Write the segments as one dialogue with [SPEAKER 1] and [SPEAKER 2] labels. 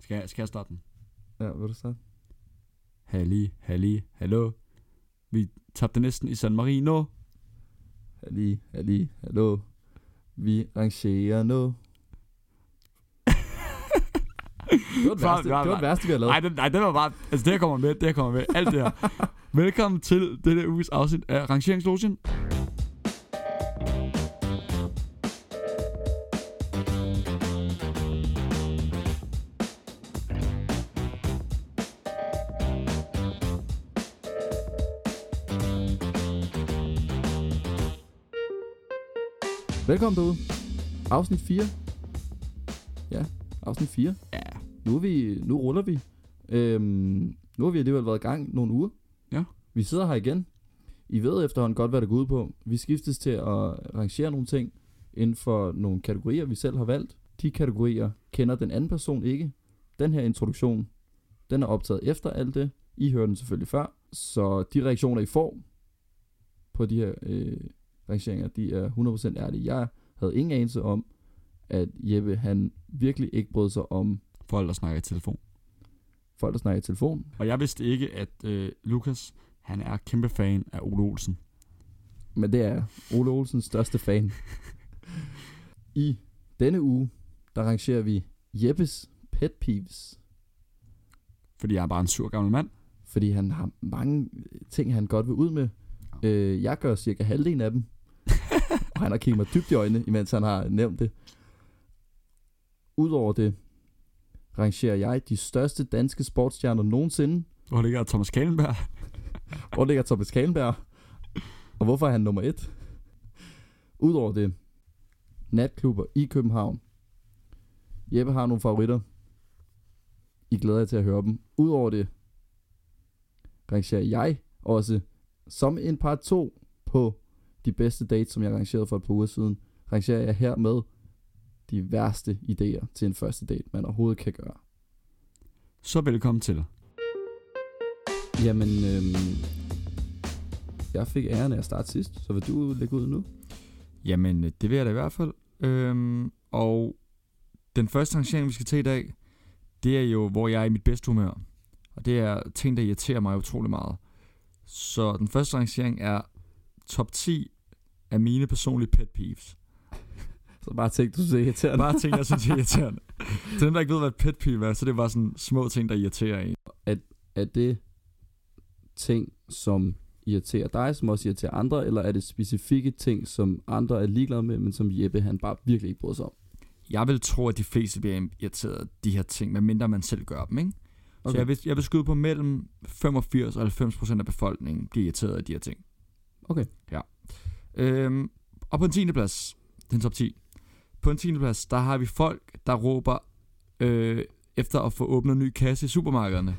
[SPEAKER 1] Skal, jeg- skal jeg starte den?
[SPEAKER 2] Ja, vil du starte?
[SPEAKER 1] Halli, halli, hallo. Vi tabte næsten i San Marino.
[SPEAKER 2] Ali, Ali, hallo. Vi rangerer nu. Det var det
[SPEAKER 1] Fuck,
[SPEAKER 2] værste, det
[SPEAKER 1] nej,
[SPEAKER 2] var det
[SPEAKER 1] nej.
[SPEAKER 2] værste vi har lavet.
[SPEAKER 1] Nej, den, nej, den var bare... Altså, det her kommer med, det her kommer med. Alt det her. Velkommen til denne uges afsnit af Rangeringslogen.
[SPEAKER 2] Velkommen derude. Afsnit 4. Ja, afsnit 4.
[SPEAKER 1] Ja.
[SPEAKER 2] Nu, er vi, nu ruller vi. Øhm, nu har vi alligevel været i gang nogle uger.
[SPEAKER 1] Ja.
[SPEAKER 2] Vi sidder her igen. I ved efterhånden godt, hvad det går ud på. Vi skiftes til at rangere nogle ting inden for nogle kategorier, vi selv har valgt. De kategorier kender den anden person ikke. Den her introduktion, den er optaget efter alt det. I hørte den selvfølgelig før. Så de reaktioner, I får på de her øh, rangeringer, de er 100% ærlige. Jeg havde ingen anelse om, at Jeppe han virkelig ikke brød sig om
[SPEAKER 1] Folk, der snakker i telefon.
[SPEAKER 2] folk, der snakker i telefon.
[SPEAKER 1] Og jeg vidste ikke, at øh, Lukas, han er kæmpe fan af Ole Olsen.
[SPEAKER 2] Men det er Ole Olsens største fan. I denne uge, der rangerer vi Jeppes pet peeves,
[SPEAKER 1] Fordi jeg er bare en sur gammel mand.
[SPEAKER 2] fordi han har mange ting, han godt vil ud med. Øh, jeg gør cirka halvdelen af dem, og han har kigget mig dybt i øjnene, imens han har nævnt det. Udover det, rangerer jeg de største danske sportsstjerner nogensinde,
[SPEAKER 1] Hvor ligger Thomas Kalenberg?
[SPEAKER 2] Hvor ligger Thomas Kalenberg? Og hvorfor er han nummer et? Udover det, natklubber i København. Jeppe har nogle favoritter. I glæder jer til at høre dem. Udover det, rangerer jeg også som en par to på de bedste dates, som jeg rangerede for et par uger siden. Rangerer jeg her med de værste idéer til en første date, man overhovedet kan gøre.
[SPEAKER 1] Så velkommen til.
[SPEAKER 2] Jamen, øhm, jeg fik æren af at starte sidst, så vil du lægge ud nu?
[SPEAKER 3] Jamen, øh, det vil jeg da i hvert fald. Øhm, og den første rangering, vi skal til i dag, det er jo, hvor jeg er i mit bedste humør. Og det er ting, der irriterer mig utrolig meget. Så den første rangering er top 10 af mine personlige pet peeves.
[SPEAKER 2] Så bare tænk, du ser irriterende.
[SPEAKER 3] Bare ting, jeg synes er irriterende. Til dem, der ikke ved, hvad et pet peeve er, så det er bare sådan små ting, der irriterer en.
[SPEAKER 2] Er det ting, som irriterer dig, som også irriterer andre, eller er det specifikke ting, som andre er ligeglade med, men som Jeppe han bare virkelig ikke bryder sig om?
[SPEAKER 3] Jeg vil tro, at de fleste bliver irriteret af de her ting, medmindre man selv gør dem, ikke? Okay. Så jeg vil, jeg vil skyde på mellem 85 og 90 procent af befolkningen bliver irriteret af de her ting.
[SPEAKER 2] Okay.
[SPEAKER 3] Ja. Øhm, og på en 10. plads, den top 10. På en 10. plads, der har vi folk, der råber øh, efter at få åbnet en ny kasse i supermarkederne.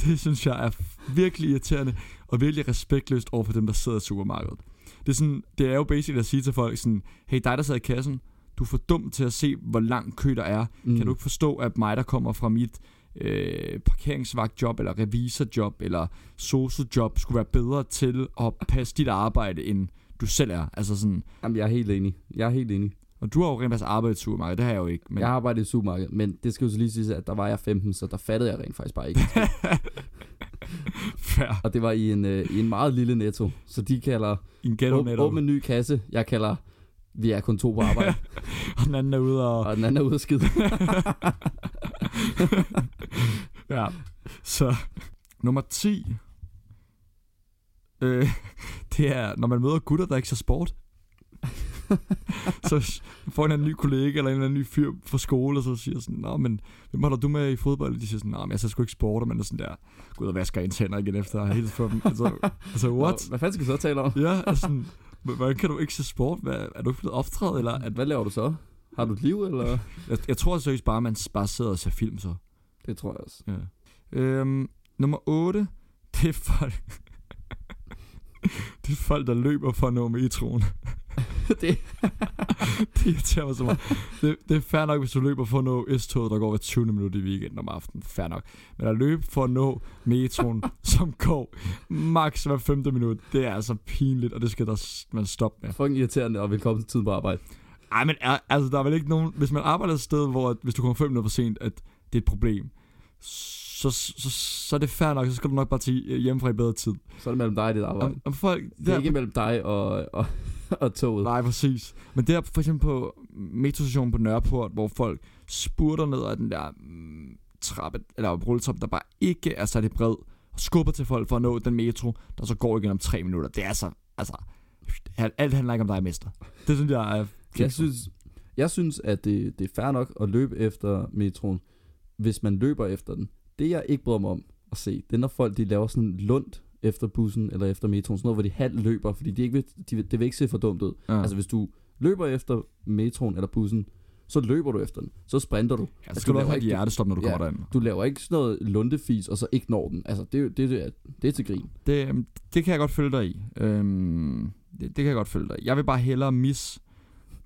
[SPEAKER 3] det synes jeg er virkelig irriterende og virkelig respektløst over for dem, der sidder i supermarkedet. Det er, sådan, det er jo basic at sige til folk sådan, hey dig der sidder i kassen, du er for dum til at se, hvor lang kø der er.
[SPEAKER 2] mm.
[SPEAKER 3] Kan du ikke forstå, at mig, der kommer fra mit øh, parkeringsvagtjob, eller revisorjob, eller sociojob, skulle være bedre til at passe dit arbejde, end du selv er? Altså sådan,
[SPEAKER 2] Jamen, jeg er helt enig. Jeg er helt enig.
[SPEAKER 3] og du har jo rent faktisk arbejdet i supermarkedet, det har jeg jo ikke.
[SPEAKER 2] Men...
[SPEAKER 3] Men
[SPEAKER 2] Jeg har arbejdet i supermarkedet, men det skal jo så lige sige, at der var jeg 15, så der fattede jeg rent faktisk bare ikke.
[SPEAKER 3] fair.
[SPEAKER 2] Og det var i en, øh, i en meget lille netto, så de kalder
[SPEAKER 3] I en ghetto
[SPEAKER 2] åb-
[SPEAKER 3] netto.
[SPEAKER 2] åbne en ny kasse. Jeg kalder, vi er kun to på arbejde.
[SPEAKER 3] Og den anden er ude og...
[SPEAKER 2] og den anden er ude at skide.
[SPEAKER 3] ja. Så nummer 10. Øh, det er, når man møder gutter, der ikke ser sport. så s- får en eller anden ny kollega eller en eller anden ny fyr fra skole, og så siger sådan, Nå, men hvem holder du med i fodbold? Og de siger sådan, nej, men jeg ser sgu ikke sport, og man er sådan der, gå ud og vasker ens hænder igen efter at have hilst på dem. Altså, altså what?
[SPEAKER 2] Nå, Hvad fanden skal vi så tale om?
[SPEAKER 3] ja, altså, sådan, "H- hvordan kan du ikke se sport? Hvad, er du ikke blevet optrædet? Eller at,
[SPEAKER 2] Hvad laver du så? Har du et liv, eller?
[SPEAKER 3] jeg, jeg, tror seriøst bare, at man s- bare sidder og ser film så.
[SPEAKER 2] Det tror jeg også.
[SPEAKER 3] Ja. Øhm, nummer 8, det er folk... det er folk, der løber for at nå metroen.
[SPEAKER 2] det,
[SPEAKER 3] det irriterer mig så meget. Det, det er fair nok, hvis du løber for at nå S-toget, der går hver 20. minut i weekenden om aftenen. Fair nok. Men at løbe for at nå metroen, som går maks hver 5. minut, det er altså pinligt, og det skal der s- man stoppe med.
[SPEAKER 2] fucking irriterende, og velkommen til tiden på arbejde.
[SPEAKER 3] Ej, men er, altså, der er vel ikke nogen... Hvis man arbejder et sted, hvor at, hvis du kommer fem minutter for sent, at det er et problem, så, så, så er det fair nok, så skal du nok bare tage øh, hjemmefra i bedre tid.
[SPEAKER 2] Så er det mellem dig og dit arbejde.
[SPEAKER 3] Om, om folk,
[SPEAKER 2] Det er ikke mellem dig og, og, og toget.
[SPEAKER 3] Nej, præcis. Men der for eksempel på metrostationen på Nørreport, hvor folk spurter ned ad den der mm, trappe, eller rulletrappe, der bare ikke er særlig bred, og skubber til folk for at nå den metro, der så går igen om tre minutter. Det er så, altså, alt handler ikke om dig, mester. Det synes jeg er...
[SPEAKER 2] Jeg synes, jeg synes at det, det er fair nok at løbe efter metroen, hvis man løber efter den. Det jeg ikke bryder mig om at se, det er når folk de laver sådan lundt efter bussen eller efter metroen, sådan noget, hvor de halvt løber, fordi de ikke vil, de, vil- det vil ikke se for dumt ud.
[SPEAKER 3] Ja.
[SPEAKER 2] Ja. Altså hvis du løber efter metroen eller bussen, så løber du efter den, så sprinter du.
[SPEAKER 3] ja, så skal du
[SPEAKER 2] laver
[SPEAKER 3] også have et
[SPEAKER 2] ikke-
[SPEAKER 3] hjertestop, når du
[SPEAKER 2] Ja.
[SPEAKER 3] kommer derind.
[SPEAKER 2] Du laver ikke sådan noget lundefis, og så ikke når den. Altså det, er jo- det, det, er, det er til grin.
[SPEAKER 3] Det, øhm, det kan jeg godt følge dig i. Øhm, det, det kan jeg godt følge dig i. Jeg vil bare hellere misse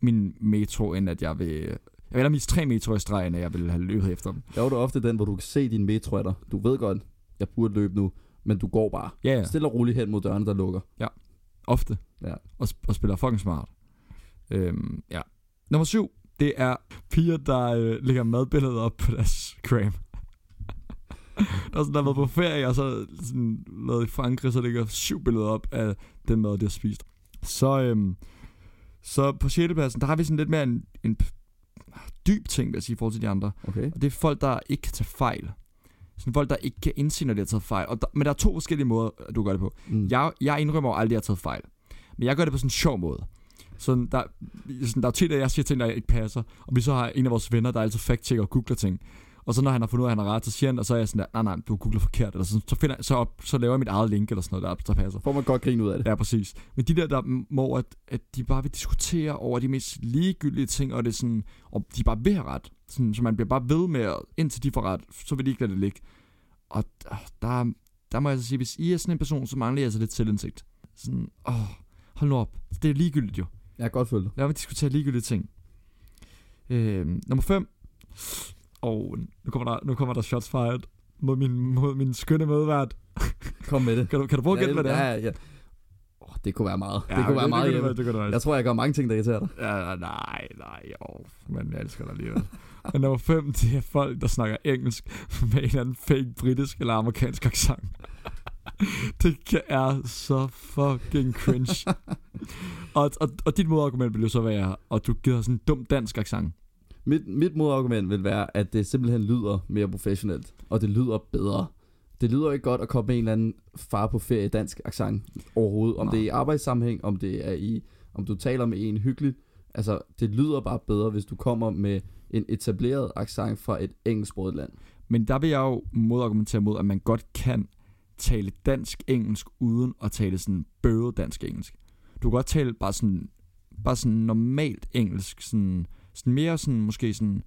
[SPEAKER 3] min metro, end at jeg vil... Jeg vil hellere misse tre metroer i streg, end at jeg vil have løbet efter dem.
[SPEAKER 2] Laver du ofte den, hvor du kan se din metro er der. Du ved godt, jeg burde løbe nu, men du går bare.
[SPEAKER 3] Ja, ja.
[SPEAKER 2] Ja. Stille og roligt hen mod dørene, der lukker.
[SPEAKER 3] Ofte.
[SPEAKER 2] Ja.
[SPEAKER 3] Og, sp- og spiller fucking smart. Øhm, ja. Nummer syv, det er piger, der øh, lægger madbilleder op på deres gram. der er sådan, der har været på ferie, og så sådan, været i Frankrig, så ligger syv billeder op af den mad, de har spist. Så, øhm, så på 6. pladsen, der har vi sådan lidt mere en, en p- dyb ting, vil jeg sige, i forhold til de andre.
[SPEAKER 2] Okay.
[SPEAKER 3] Og det er folk, der ikke kan tage fejl. Sådan folk, der ikke kan indse, når de har taget fejl. Og der, men der er to forskellige måder, du gør det på.
[SPEAKER 2] Mm.
[SPEAKER 3] Jeg, jeg indrømmer jo aldrig, at jeg har taget fejl. Men jeg gør det på sådan en sjov måde. Sådan, der, sådan, der er jo tit, at jeg siger ting, der ikke passer. Og vi så har en af vores venner, der altid fact-checker og googler ting. Og så når han har fundet ud af, at han har ret, så siger han, og så er jeg sådan der, nej, nej, du googler forkert. Eller sådan, så, finder, jeg- så, op, så laver jeg mit eget link eller sådan noget, der, der passer.
[SPEAKER 2] Får man godt grin ud af det.
[SPEAKER 3] Ja, præcis. Men de der, der må, at, at de bare vil diskutere over de mest ligegyldige ting, og det er sådan, og de bare vil have ret. Sådan, så man bliver bare ved med, at indtil de får ret, så vil de ikke lade det ligge. Og der- der, der må jeg så sige, hvis I er sådan en person, så mangler jeg altså lidt selvindsigt. Sådan, åh, hold nu op. Det er ligegyldigt jo.
[SPEAKER 2] Jeg kan godt følge dig.
[SPEAKER 3] Lad mig diskutere ligegyldige ting. Øh, nummer 5. Og nu kommer der, nu kommer der shots fired mod min, mod min skønne medvært.
[SPEAKER 2] Kom med det.
[SPEAKER 3] Kan du, kan du prøve at gætte, hvad det er?
[SPEAKER 2] Ja, ja. Oh, det kunne være meget. Ja, det kunne være meget
[SPEAKER 3] det, det,
[SPEAKER 2] hjemme.
[SPEAKER 3] det, det, kunne det,
[SPEAKER 2] Jeg tror, jeg gør mange ting, der irriterer dig.
[SPEAKER 3] Ja, nej, nej, jo, men jeg elsker dig alligevel. Og nummer 5, det er folk, der snakker engelsk med en eller anden fake britisk eller amerikansk accent. det kan- er så fucking cringe. og, og, og dit modargument vil jo så være, og du giver sådan en dum dansk accent.
[SPEAKER 2] Mit, mit modargument vil være, at det simpelthen lyder mere professionelt, og det lyder bedre. Det lyder ikke godt at komme med en eller anden far på ferie i dansk accent overhovedet. Om Nej.
[SPEAKER 3] Nej.
[SPEAKER 2] det er i arbejdssammenhæng, om det er i, om du taler med en hyggeligt. Altså, det lyder bare bedre, hvis du kommer med en etableret accent fra et engelsksproget land.
[SPEAKER 3] Men der vil jeg jo modargumentere mod, at man godt kan tale dansk-engelsk, uden at tale sådan bøvet dansk-engelsk. Du kan godt tale bare sådan, bare sådan normalt engelsk, sådan, sådan mere sådan, måske sådan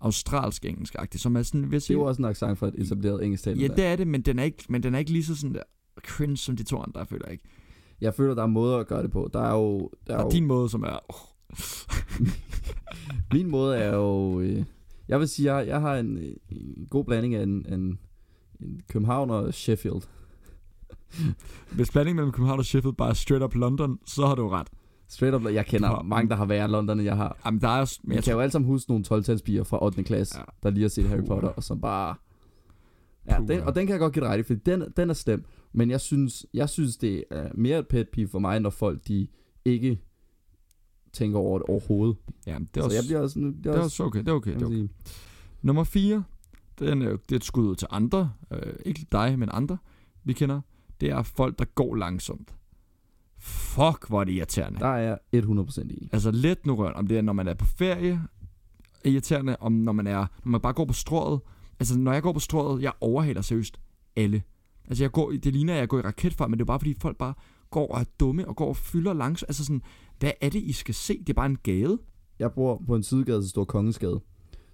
[SPEAKER 3] australsk engelsk som er sådan, hvis
[SPEAKER 2] Det er jo også en accent fra et etableret engelsktalende
[SPEAKER 3] Ja,
[SPEAKER 2] land.
[SPEAKER 3] det er det, men den er ikke, men den er ikke lige så sådan der cringe, som de to andre, føler jeg ikke.
[SPEAKER 2] Jeg føler, der er måder at gøre det på. Der er jo... Der er jo...
[SPEAKER 3] Og din måde, som er... Oh,
[SPEAKER 2] Min måde er jo... Øh, jeg vil sige, jeg, jeg har en, øh, en god blanding af en, en, en København og Sheffield.
[SPEAKER 3] hvis blandingen mellem København og Sheffield bare er straight up London, så har du ret.
[SPEAKER 2] Straight up, jeg kender
[SPEAKER 3] Nå.
[SPEAKER 2] mange, der har været i London, end jeg har.
[SPEAKER 3] Jamen, der er også...
[SPEAKER 2] Men jeg kan jo alle sammen huske nogle 12-talspiger fra 8. klasse,
[SPEAKER 3] Ja.
[SPEAKER 2] ja. der lige har set Harry
[SPEAKER 3] Puh.
[SPEAKER 2] Potter, og som bare... Ja,
[SPEAKER 3] Puh,
[SPEAKER 2] den,
[SPEAKER 3] ja.
[SPEAKER 2] og den kan jeg godt give dig ret i, fordi den, den er slem. Men jeg synes, jeg synes, det er mere et pet peeve for mig, når folk de ikke tænker over det overhovedet.
[SPEAKER 3] Ja, det er
[SPEAKER 2] Det
[SPEAKER 3] også...
[SPEAKER 2] så Altså, jeg bliver også... Det er
[SPEAKER 3] det er
[SPEAKER 2] også,
[SPEAKER 3] også okay, det er okay,
[SPEAKER 2] jeg
[SPEAKER 3] det er
[SPEAKER 2] vil
[SPEAKER 3] okay.
[SPEAKER 2] sige,
[SPEAKER 3] Nummer 4, den er, jo- det er et skud ud til andre. Øh, ikke dig, men andre, vi kender. Det er folk, der går langsomt. Fuck, hvor er det irriterende.
[SPEAKER 2] der er jeg 100% enig.
[SPEAKER 3] Altså let nu røren, om det er, når man er på ferie, er irriterende, om når man, er, når man bare går på strået. Altså, når jeg går på strået, jeg overhaler seriøst alle. Altså, jeg går, i- det ligner, at jeg går i raketfart, men det er jo bare, fordi folk bare går og er dumme, og går og fylder langsomt. Altså sådan, hvad er det, I skal se? Det er bare en gade.
[SPEAKER 2] Jeg bor på en sidegade, der står Kongensgade,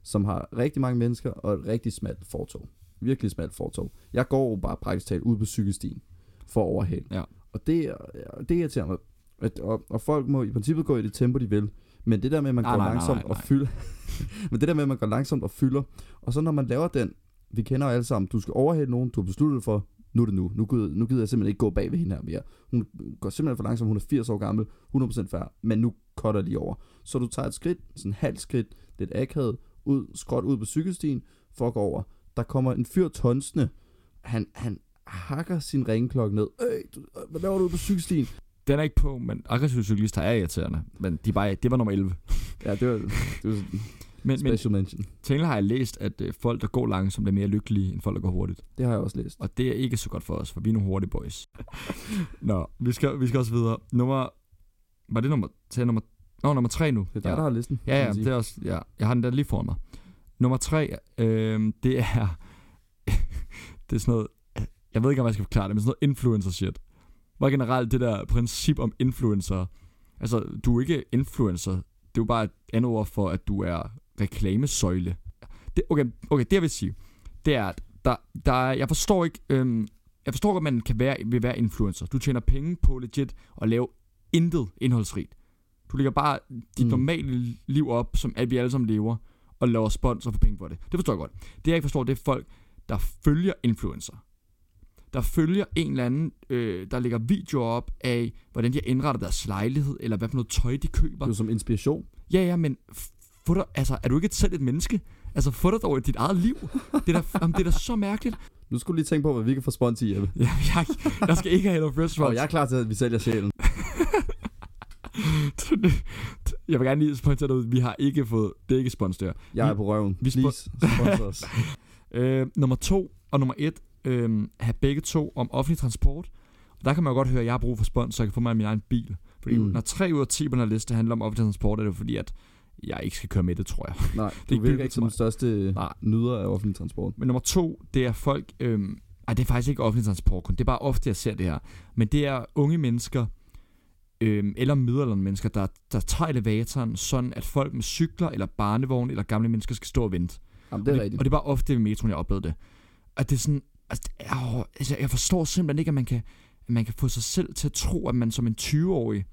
[SPEAKER 2] som har rigtig mange mennesker og et rigtig smalt fortog. Virkelig smalt fortog. Jeg går jo bare praktisk talt ud på cykelstien for at overhale.
[SPEAKER 3] Ja.
[SPEAKER 2] Og det, er- det irriterer mig. At, og, og, folk må i princippet gå i det tempo, de vil. Men det der med, at man
[SPEAKER 3] Nej,
[SPEAKER 2] går
[SPEAKER 3] nej, nej,
[SPEAKER 2] langsomt
[SPEAKER 3] nej,
[SPEAKER 2] og
[SPEAKER 3] nej.
[SPEAKER 2] fylder... men det der med, at man går langsomt og fylder. Og så når man laver den, vi kender jo alle sammen, du skal overhale nogen, du har besluttet for, nu er det nu. Nu gider, nu gider jeg simpelthen ikke gå bag ved hende her mere. Hun går simpelthen for langsomt. Hun er 80 år gammel. 100% færre. Men nu cutter lige over. Så du tager et skridt, sådan en halv skridt, lidt akavet, ud, skråt ud på cykelstien, for at gå over. Der kommer en fyr tonsende. Han, han hakker sin ringklokke ned. Øh, du, øh, hvad laver du ude på cykelstien?
[SPEAKER 3] Den er ikke på, men aggressive cyklister er irriterende. Men de er bare, det var nummer 11.
[SPEAKER 2] Ja, det var, det var sådan en
[SPEAKER 3] Men, men
[SPEAKER 2] special mention.
[SPEAKER 3] til har jeg læst, at øh, folk, der går langsomt, er mere lykkelige, end folk, der går hurtigt.
[SPEAKER 2] Det har jeg også læst.
[SPEAKER 3] Og det er ikke så godt for os, for vi er nogle hurtige boys. Nå, vi skal, vi skal også videre. Nummer... Var det nummer... Tag nummer... Nå, nummer tre nu.
[SPEAKER 2] Det er dig,
[SPEAKER 3] ja.
[SPEAKER 2] der har listen. kan
[SPEAKER 3] Ja, ja,
[SPEAKER 2] man sige.
[SPEAKER 3] det er også, ja. Jeg har den der lige foran mig. Nummer tre, øh, det er... det er sådan noget... Jeg ved ikke, om jeg skal forklare det, men sådan noget influencer-shit. Bare generelt det der princip om influencer. Altså, du er ikke influencer. Det er jo bare et andet ord for, at du er reklamesøjle. Det, okay, okay, det jeg vil sige, det er, at der, der er, jeg forstår ikke, øhm, jeg forstår godt, at man kan være, vil være influencer. Du tjener penge på legit at lave intet indholdsrigt. Du lægger bare dit
[SPEAKER 2] Mm.
[SPEAKER 3] mm. normale liv op, som at vi alle sammen lever, og laver sponsor for penge for det. Det forstår jeg godt. Det jeg ikke forstår, det er folk, der følger influencer. Der følger en eller anden, øh, der lægger videoer op af, hvordan de har indrettet deres lejlighed, eller hvad for noget tøj de køber.
[SPEAKER 2] Det er jo som inspiration.
[SPEAKER 3] Ja, ja, men f- få dig, altså, er du ikke selv et menneske? Altså, få dig dog i dit eget liv. Det er da, jamen, det er da så mærkeligt.
[SPEAKER 2] Nu skulle du lige tænke på, hvad vi kan få spons i, Jeppe.
[SPEAKER 3] Jeg, jeg, jeg skal ikke have noget fresh
[SPEAKER 2] Og jeg er klar til, at vi sælger sjælen.
[SPEAKER 3] jeg vil gerne lige pointere det ud. Vi har ikke fået, det er ikke spons der.
[SPEAKER 2] Jeg er på røven.
[SPEAKER 3] vi spo-
[SPEAKER 2] Please, sponsor os.
[SPEAKER 3] Øh, nummer to og nummer et, øh, have begge to om offentlig transport. Og der kan man jo godt høre, at jeg har brug for spons, så jeg kan få mig min egen bil. Fordi
[SPEAKER 2] Mm.
[SPEAKER 3] mm. når tre ud af ti på den her liste handler om offentlig transport, er det jo fordi, at jeg ikke skal køre med det, tror jeg.
[SPEAKER 2] Nej,
[SPEAKER 3] Det
[SPEAKER 2] du
[SPEAKER 3] er
[SPEAKER 2] virker
[SPEAKER 3] gyldigt
[SPEAKER 2] ikke som den største
[SPEAKER 3] Nej.
[SPEAKER 2] nyder af offentlig transport.
[SPEAKER 3] Men nummer to, det er folk... Øhm, ej, det er faktisk ikke offentlig transport kun. Det er bare ofte, jeg ser det her. Men det er unge mennesker, øhm, eller middelalderne mennesker, der, der tager elevatoren, sådan at folk med cykler, eller barnevogne, eller gamle mennesker skal stå og vente.
[SPEAKER 2] Jamen, det er
[SPEAKER 3] og, det,
[SPEAKER 2] rigtigt.
[SPEAKER 3] og det er bare ofte ved metroen, jeg oplevede det. Og det er sådan... Altså, det er, jo- altså, jeg forstår simpelthen ikke, at man kan, at man kan få sig selv til at tro, at man som en 20-årig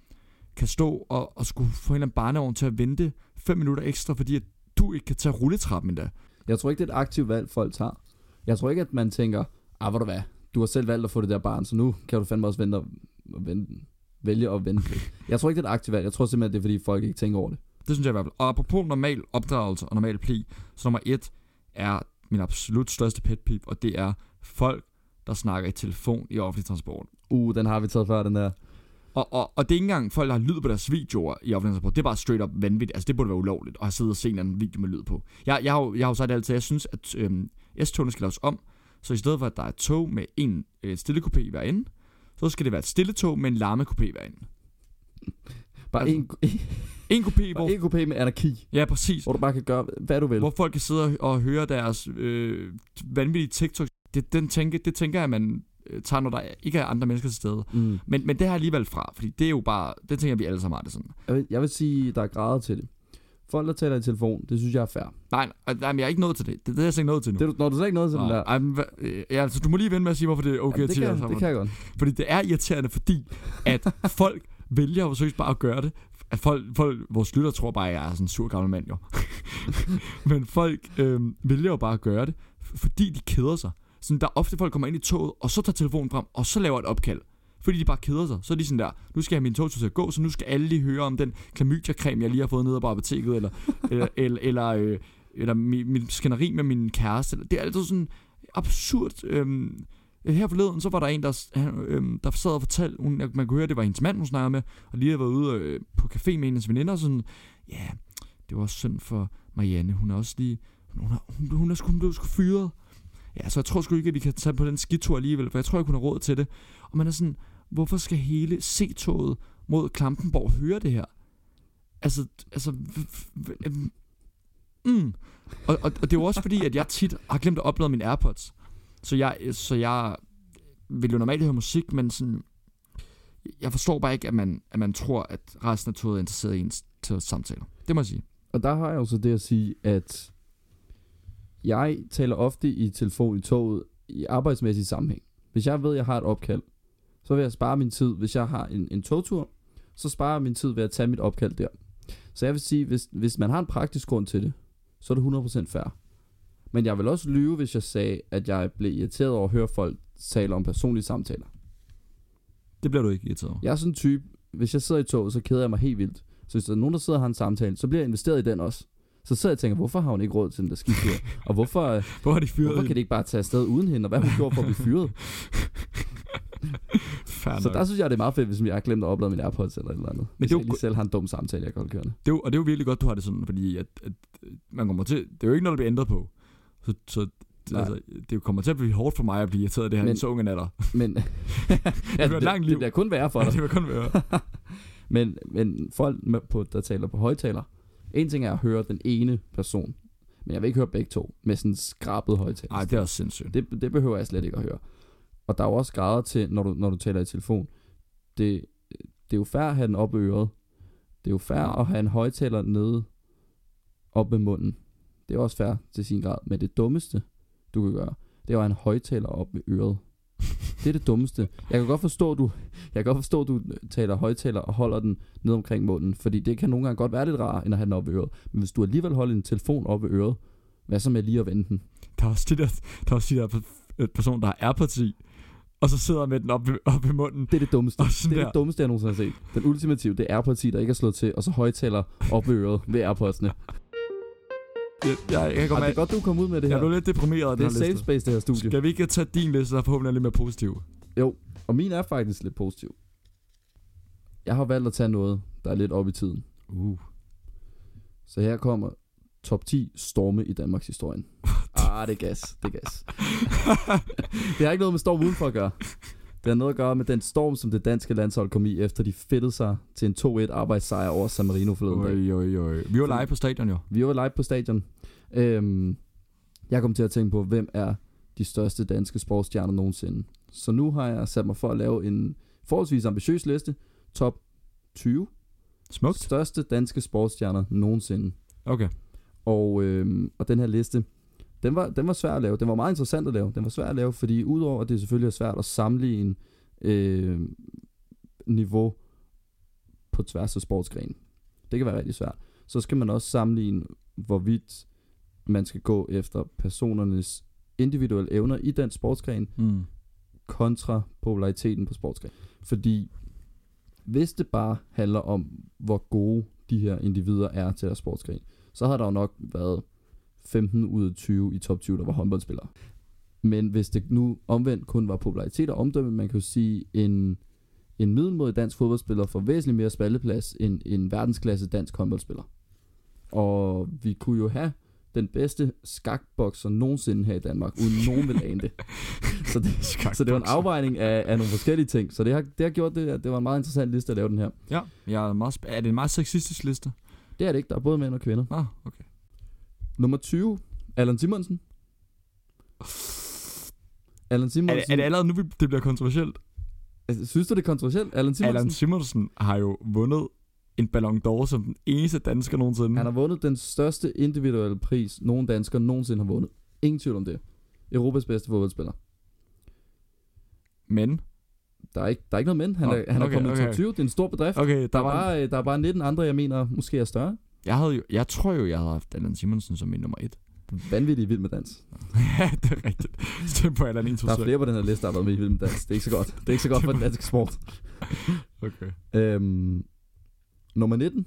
[SPEAKER 3] kan stå og, og skulle få en eller anden barnevogn til at vente 5 minutter ekstra, fordi at du ikke kan tage rulletrappen endda.
[SPEAKER 2] Jeg tror ikke, det er et aktivt valg, folk tager. Jeg tror ikke, at man tænker, ah, hvor du hvad, du har selv valgt at få det der barn, så nu kan du fandme også vente og og vente, vælge at vente. Jeg tror ikke, det er et aktivt valg. Jeg tror simpelthen, det er, fordi folk ikke tænker over det.
[SPEAKER 3] Det synes jeg i hvert fald. Og apropos normal opdragelse og normal pli, så nummer et er min absolut største pet peeve, og det er folk, der snakker i telefon i offentlig transport.
[SPEAKER 2] Uh, den har vi taget før, den der.
[SPEAKER 3] Og, og, og det er ikke engang folk, der har lyd på deres videoer i offentlig transport. Det er bare straight up vanvittigt. Altså, det burde være ulovligt at sidde og se en eller anden video med lyd på. Jeg, jeg, har, jo, jeg har jo sagt altid, at jeg synes, at øhm, S-togene skal laves om. Så i stedet for, at der er et tog med en øh, stille kopi i hver ende, så skal det være et stille tog med en larme kopi i hver ende.
[SPEAKER 2] Bare
[SPEAKER 3] Altså,
[SPEAKER 2] en,
[SPEAKER 3] En kopi, hvor...
[SPEAKER 2] bare en kopé med anarki,
[SPEAKER 3] Ja, præcis.
[SPEAKER 2] hvor du bare kan gøre, hvad du vil.
[SPEAKER 3] Hvor folk kan sidde og, og høre deres øh, vanvittige TikTok. Det, den tænke, det tænker jeg, at man øh, tager, når der ikke er andre mennesker til stede.
[SPEAKER 2] Mm.
[SPEAKER 3] Men, men det har jeg alligevel fra, fordi det er jo bare, det tænker jeg, vi alle sammen har det sådan.
[SPEAKER 2] Jeg, vil, jeg vil sige, der er grader til det. Folk, der taler i telefon, det synes jeg er fair.
[SPEAKER 3] Nej, nej, nej men jeg er ikke nået til det. Det, det er jeg slet ikke nået til nu.
[SPEAKER 2] Det, er du- når du slet ikke noget til den
[SPEAKER 3] Nej,
[SPEAKER 2] der.
[SPEAKER 3] ej, men hvad- øh, ja, altså, du må lige vende med at sige, hvorfor det er okay
[SPEAKER 2] Jamen, det,
[SPEAKER 3] til
[SPEAKER 2] kan, det kan jeg godt.
[SPEAKER 3] Fordi det er irriterende, fordi at folk vælger jo seriøst bare at gøre det. At folk, folk, vores lytter tror bare, at jeg er sådan en sur gammel mand jo. Men folk øh, vælger jo bare at gøre det, f- fordi de keder sig. Sådan, der er ofte folk kommer ind i toget, og så tager telefonen frem, og så laver et opkald. Fordi de bare keder sig. Så er de sådan der, nu skal jeg have min tog til at gå, så nu skal alle lige høre om den klamydia-creme, jeg lige har fået nede på apoteket, eller, eller, eller, eller, øh, eller min, min skænderi med min kæreste. Eller- Det er altid sådan absurd øhm, her forleden, så var der en, der, s- han, øhm, der sad og fortalte, hun, man kunne høre, det var hendes mand, hun snakkede med, og lige havde været ude øh, på café med en af hendes veninder, og sådan, ja, yeah, det var også synd for Marianne, hun er også lige, hun, er, hun, hun, er, sgu- hun blev sgu fyret. Ja, så jeg tror sgu ikke, at vi kan tage på den skitur alligevel, for jeg tror ikke, hun har råd til det. Og man er sådan, hvorfor skal hele C-toget mod Klampenborg høre det her? Altså, altså, v- v- v- mm. og, og, og det er jo også fordi, at jeg tit har glemt at oplade mine AirPods. Så jeg, øh, så jeg vil jo normalt høre musik, men sådan, jeg forstår bare ikke, at man, at man tror, at resten af toget er interesseret i ens til samtaler. Det må jeg sige.
[SPEAKER 2] Og der har jeg jo så det at sige, at jeg taler ofte i telefon i toget i arbejdsmæssig sammenhæng. Hvis jeg ved, at jeg har et opkald, så vil jeg spare min tid. Hvis jeg har en, en togtur, så sparer jeg min tid ved at tage mit opkald der. Så jeg vil sige, hvis, hvis man har en praktisk grund til det, så er det 100% fair. Men jeg vil også lyve, hvis jeg sagde, at jeg blev irriteret over at høre folk tale om personlige samtaler.
[SPEAKER 3] Det bliver du ikke irriteret over.
[SPEAKER 2] Jeg er sådan en type, hvis jeg sidder i toget, så keder jeg mig helt vildt. Så hvis der er nogen, der sidder og har en samtale, så bliver jeg investeret i den også. Så sidder jeg og tænker, hvorfor har hun ikke råd til den der skidt Og hvorfor, øh,
[SPEAKER 3] Hvor har de fyret
[SPEAKER 2] hvorfor kan
[SPEAKER 3] hende?
[SPEAKER 2] det ikke bare tage afsted uden hende? Og hvad har hun gjort for at blive fyret?
[SPEAKER 3] Fair
[SPEAKER 2] Så
[SPEAKER 3] nok.
[SPEAKER 2] der synes jeg, det er meget fedt, hvis jeg har glemt at oplade min AirPods eller et eller andet. Hvis
[SPEAKER 3] det er
[SPEAKER 2] jeg
[SPEAKER 3] jo
[SPEAKER 2] lige selv har en dum samtale, jeg godt kørende.
[SPEAKER 3] Det er jo, og det er jo virkelig godt, du har det sådan, fordi at, at øh, man kommer til, det er jo ikke noget, der bliver ændret på. Så, så
[SPEAKER 2] Nej.
[SPEAKER 3] altså, det kommer til at blive hårdt for mig at blive irriteret af det her,
[SPEAKER 2] Men-
[SPEAKER 3] Men, så unge natter.
[SPEAKER 2] Men
[SPEAKER 3] bliver et langt liv.
[SPEAKER 2] det bliver kun værre for
[SPEAKER 3] Ja,
[SPEAKER 2] dig.
[SPEAKER 3] det vil kun være.
[SPEAKER 2] men, men folk, med på, der taler på højtaler, en ting er at høre den ene person, men jeg vil ikke høre begge to med sådan en skrabet højtaler.
[SPEAKER 3] Nej, det er også sindssygt.
[SPEAKER 2] Det, det behøver jeg slet ikke at høre. Og der er jo også grader til, når du, når du taler i telefon. Det, det er jo fair at have den op i øret. Det er jo fair at have en højtaler nede op ved munden. Det er også fair til sin grad. Men det dummeste, du kan gøre, det er at have en højtaler op ved øret. Det er det dummeste. Jeg kan godt forstå, du, jeg kan godt forstå, du taler højtaler og holder den ned omkring munden. Fordi det kan nogle gange godt være lidt rart, end at have den op ved øret. Men hvis du alligevel holder en telefon op ved øret, hvad så med lige at vende den?
[SPEAKER 3] Der er også det der, der, er også de der per- person, der er parti, og så sidder med den op, i- op i munden.
[SPEAKER 2] Det er det dummeste.
[SPEAKER 3] Og sådan
[SPEAKER 2] Det er
[SPEAKER 3] der.
[SPEAKER 2] det dummeste, jeg nogensinde har set. Den ultimative, det er AirPods, i, der ikke er slået til, og så højtaler op ved øret ved AirPods'ene.
[SPEAKER 3] Jeg, jeg, jeg,
[SPEAKER 2] Og
[SPEAKER 3] kommer,
[SPEAKER 2] det er
[SPEAKER 3] jeg,
[SPEAKER 2] godt, du kom ud med det
[SPEAKER 3] jeg
[SPEAKER 2] her.
[SPEAKER 3] blev lidt deprimeret af
[SPEAKER 2] Det
[SPEAKER 3] den her
[SPEAKER 2] er safe
[SPEAKER 3] liste.
[SPEAKER 2] space, det her studie.
[SPEAKER 3] Skal vi ikke tage din liste, der forhåbentlig er lidt mere positiv?
[SPEAKER 2] Og min er faktisk lidt positiv. Jeg har valgt at tage noget, der er lidt op i tiden.
[SPEAKER 3] Uh.
[SPEAKER 2] Så her kommer top 10 storme i Danmarks historien. Ah, det er gas. Det er gas. det har ikke noget med storm udenfor at gøre. Det har noget at gøre med den storm, som det danske landshold kom i, efter de fedtede sig til en 2-1 arbejdssejr over San Marino forleden dag.
[SPEAKER 3] Oj, oj, oj. Vi var live på stadion jo.
[SPEAKER 2] Vi var live på stadion. Øhm, jeg kom til at tænke på, hvem er de største danske sportsstjerner nogensinde. Så nu har jeg sat mig for at lave en forholdsvis ambitiøs liste. Top 20
[SPEAKER 3] Smukt.
[SPEAKER 2] største danske sportsstjerner nogensinde.
[SPEAKER 3] Okay.
[SPEAKER 2] Og, øhm, og den her liste, den var, den var svær at lave. Den var meget interessant at lave. Den var svær at lave, fordi udover at det selvfølgelig er svært at sammenligne øh, niveau på tværs af sportsgrenen. Det kan være rigtig svært. Så skal man også sammenligne, hvorvidt man skal gå efter personernes individuelle evner i den sportsgren,
[SPEAKER 3] Mm.
[SPEAKER 2] kontra populariteten på sportsgrenen. Fordi hvis det bare handler om, hvor gode de her individer er til deres sportsgren, så har der jo nok været 15 ud af 20 i top 20, der var håndboldspillere. Men hvis det nu omvendt kun var popularitet og omdømme, man kan jo sige, en, en middelmodig dansk fodboldspiller får væsentligt mere spaldeplads end en verdensklasse dansk håndboldspiller. Og vi kunne jo have den bedste skakbokser nogensinde her i Danmark, uden nogen vil ane det. Så det, så det var en afvejning af, af nogle forskellige ting. Så det har, det har gjort det, at det var en meget interessant liste at lave den her.
[SPEAKER 3] Ja, jeg er, meget sp- er det en meget sexistisk liste?
[SPEAKER 2] Det er det ikke, der er både mænd og kvinder.
[SPEAKER 3] Ah, okay.
[SPEAKER 2] Nummer 20, Allan Simonsen. Allan
[SPEAKER 3] Er det,
[SPEAKER 2] Simonsen.
[SPEAKER 3] er det allerede nu, vi- det bliver kontroversielt?
[SPEAKER 2] altså, synes du, det er kontroversielt? Allan Simonsen?
[SPEAKER 3] Allan Simonsen har jo vundet en Ballon d'Or som den eneste dansker nogensinde.
[SPEAKER 2] Han har vundet den største individuelle pris, nogen dansker nogensinde har vundet. Ingen tvivl om det. Europas bedste fodboldspiller.
[SPEAKER 3] Men,
[SPEAKER 2] Der er ikke, der er ikke noget men. Han,
[SPEAKER 3] Nå,
[SPEAKER 2] er, han er
[SPEAKER 3] okay,
[SPEAKER 2] kommet i
[SPEAKER 3] okay.
[SPEAKER 2] top 20. Det er en stor bedrift.
[SPEAKER 3] okay, der,
[SPEAKER 2] Der,
[SPEAKER 3] var... En,
[SPEAKER 2] var, øh, der er bare 19 andre, jeg mener, måske er større.
[SPEAKER 3] jeg, havde jo, jeg tror jo, jeg havde haft Allan Simonsen som min nummer et.
[SPEAKER 2] Vanvittigt vild med dans.
[SPEAKER 3] ja, det er rigtigt. Stem på Allan
[SPEAKER 2] Der er
[SPEAKER 3] 127.
[SPEAKER 2] flere på den her liste, der har været med i vild med dans. Det er ikke så godt. Det er ikke så godt for den danske sport.
[SPEAKER 3] Okay.
[SPEAKER 2] Øhm, nummer 19.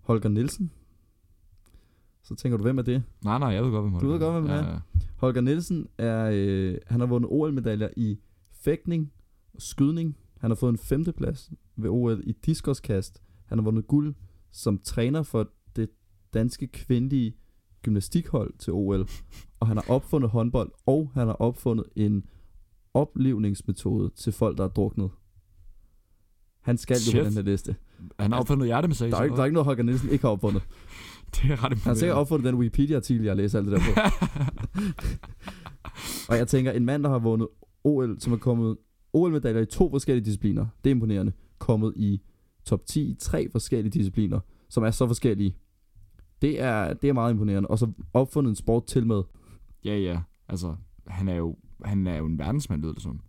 [SPEAKER 2] Holger Nielsen. Så tænker du, hvem er det?
[SPEAKER 3] Nej, nej, jeg ved godt, hvem
[SPEAKER 2] Du ved godt, hvem
[SPEAKER 3] ja,
[SPEAKER 2] han
[SPEAKER 3] ja.
[SPEAKER 2] Holger Nielsen er, øh, han har vundet OL-medaljer i fægtning og skydning. Han har fået en femteplads ved OL i diskoskast. Han har vundet guld som træner for det danske kvindelige gymnastikhold til OL. Og han har opfundet håndbold, og han har opfundet en oplevningsmetode til folk, der er druknet. Han skal jo
[SPEAKER 3] Shit.
[SPEAKER 2] på den her liste.
[SPEAKER 3] Han har opfundet hjertemassage.
[SPEAKER 2] Altså, Der er, ikke, der er ikke noget, Holger Nielsen ikke har opfundet.
[SPEAKER 3] Det er ret
[SPEAKER 2] Han har sikkert
[SPEAKER 3] imponerende.
[SPEAKER 2] opfundet den Wikipedia-artikel, jeg læser alt det der på. og jeg tænker, en mand, der har vundet OL, som er kommet OL-medaljer i to forskellige discipliner, det er imponerende, kommet i top 10 i tre forskellige discipliner, som er så forskellige. Det er, det er meget imponerende. Og så opfundet en sport til med.
[SPEAKER 3] Ja, ja. Altså, han er jo, han er jo en verdensmand, lyder det som.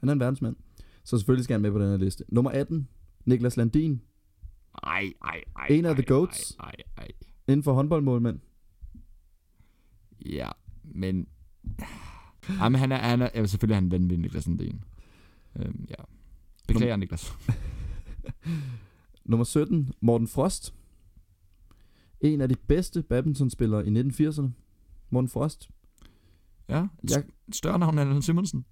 [SPEAKER 2] Han er en verdensmand. Så selvfølgelig skal han med på den her liste. Nummer 18, Niklas Landin,
[SPEAKER 3] Ej, ej, ej.
[SPEAKER 2] En af
[SPEAKER 3] ej,
[SPEAKER 2] the goats.
[SPEAKER 3] Ej, ej, ej.
[SPEAKER 2] inden for håndboldmålmænd.
[SPEAKER 3] Ja, men... Ej, men han er, han er ja, selvfølgelig er han ven med Niklas Sandin. Øhm, ja. Beklager, Niklas.
[SPEAKER 2] Nummer 17, Morten Frost. En af de bedste badmintonspillere i 1980'erne. Morten Frost.
[SPEAKER 3] Ja,
[SPEAKER 2] Jeg,
[SPEAKER 3] et større navn end Allan Simonsen.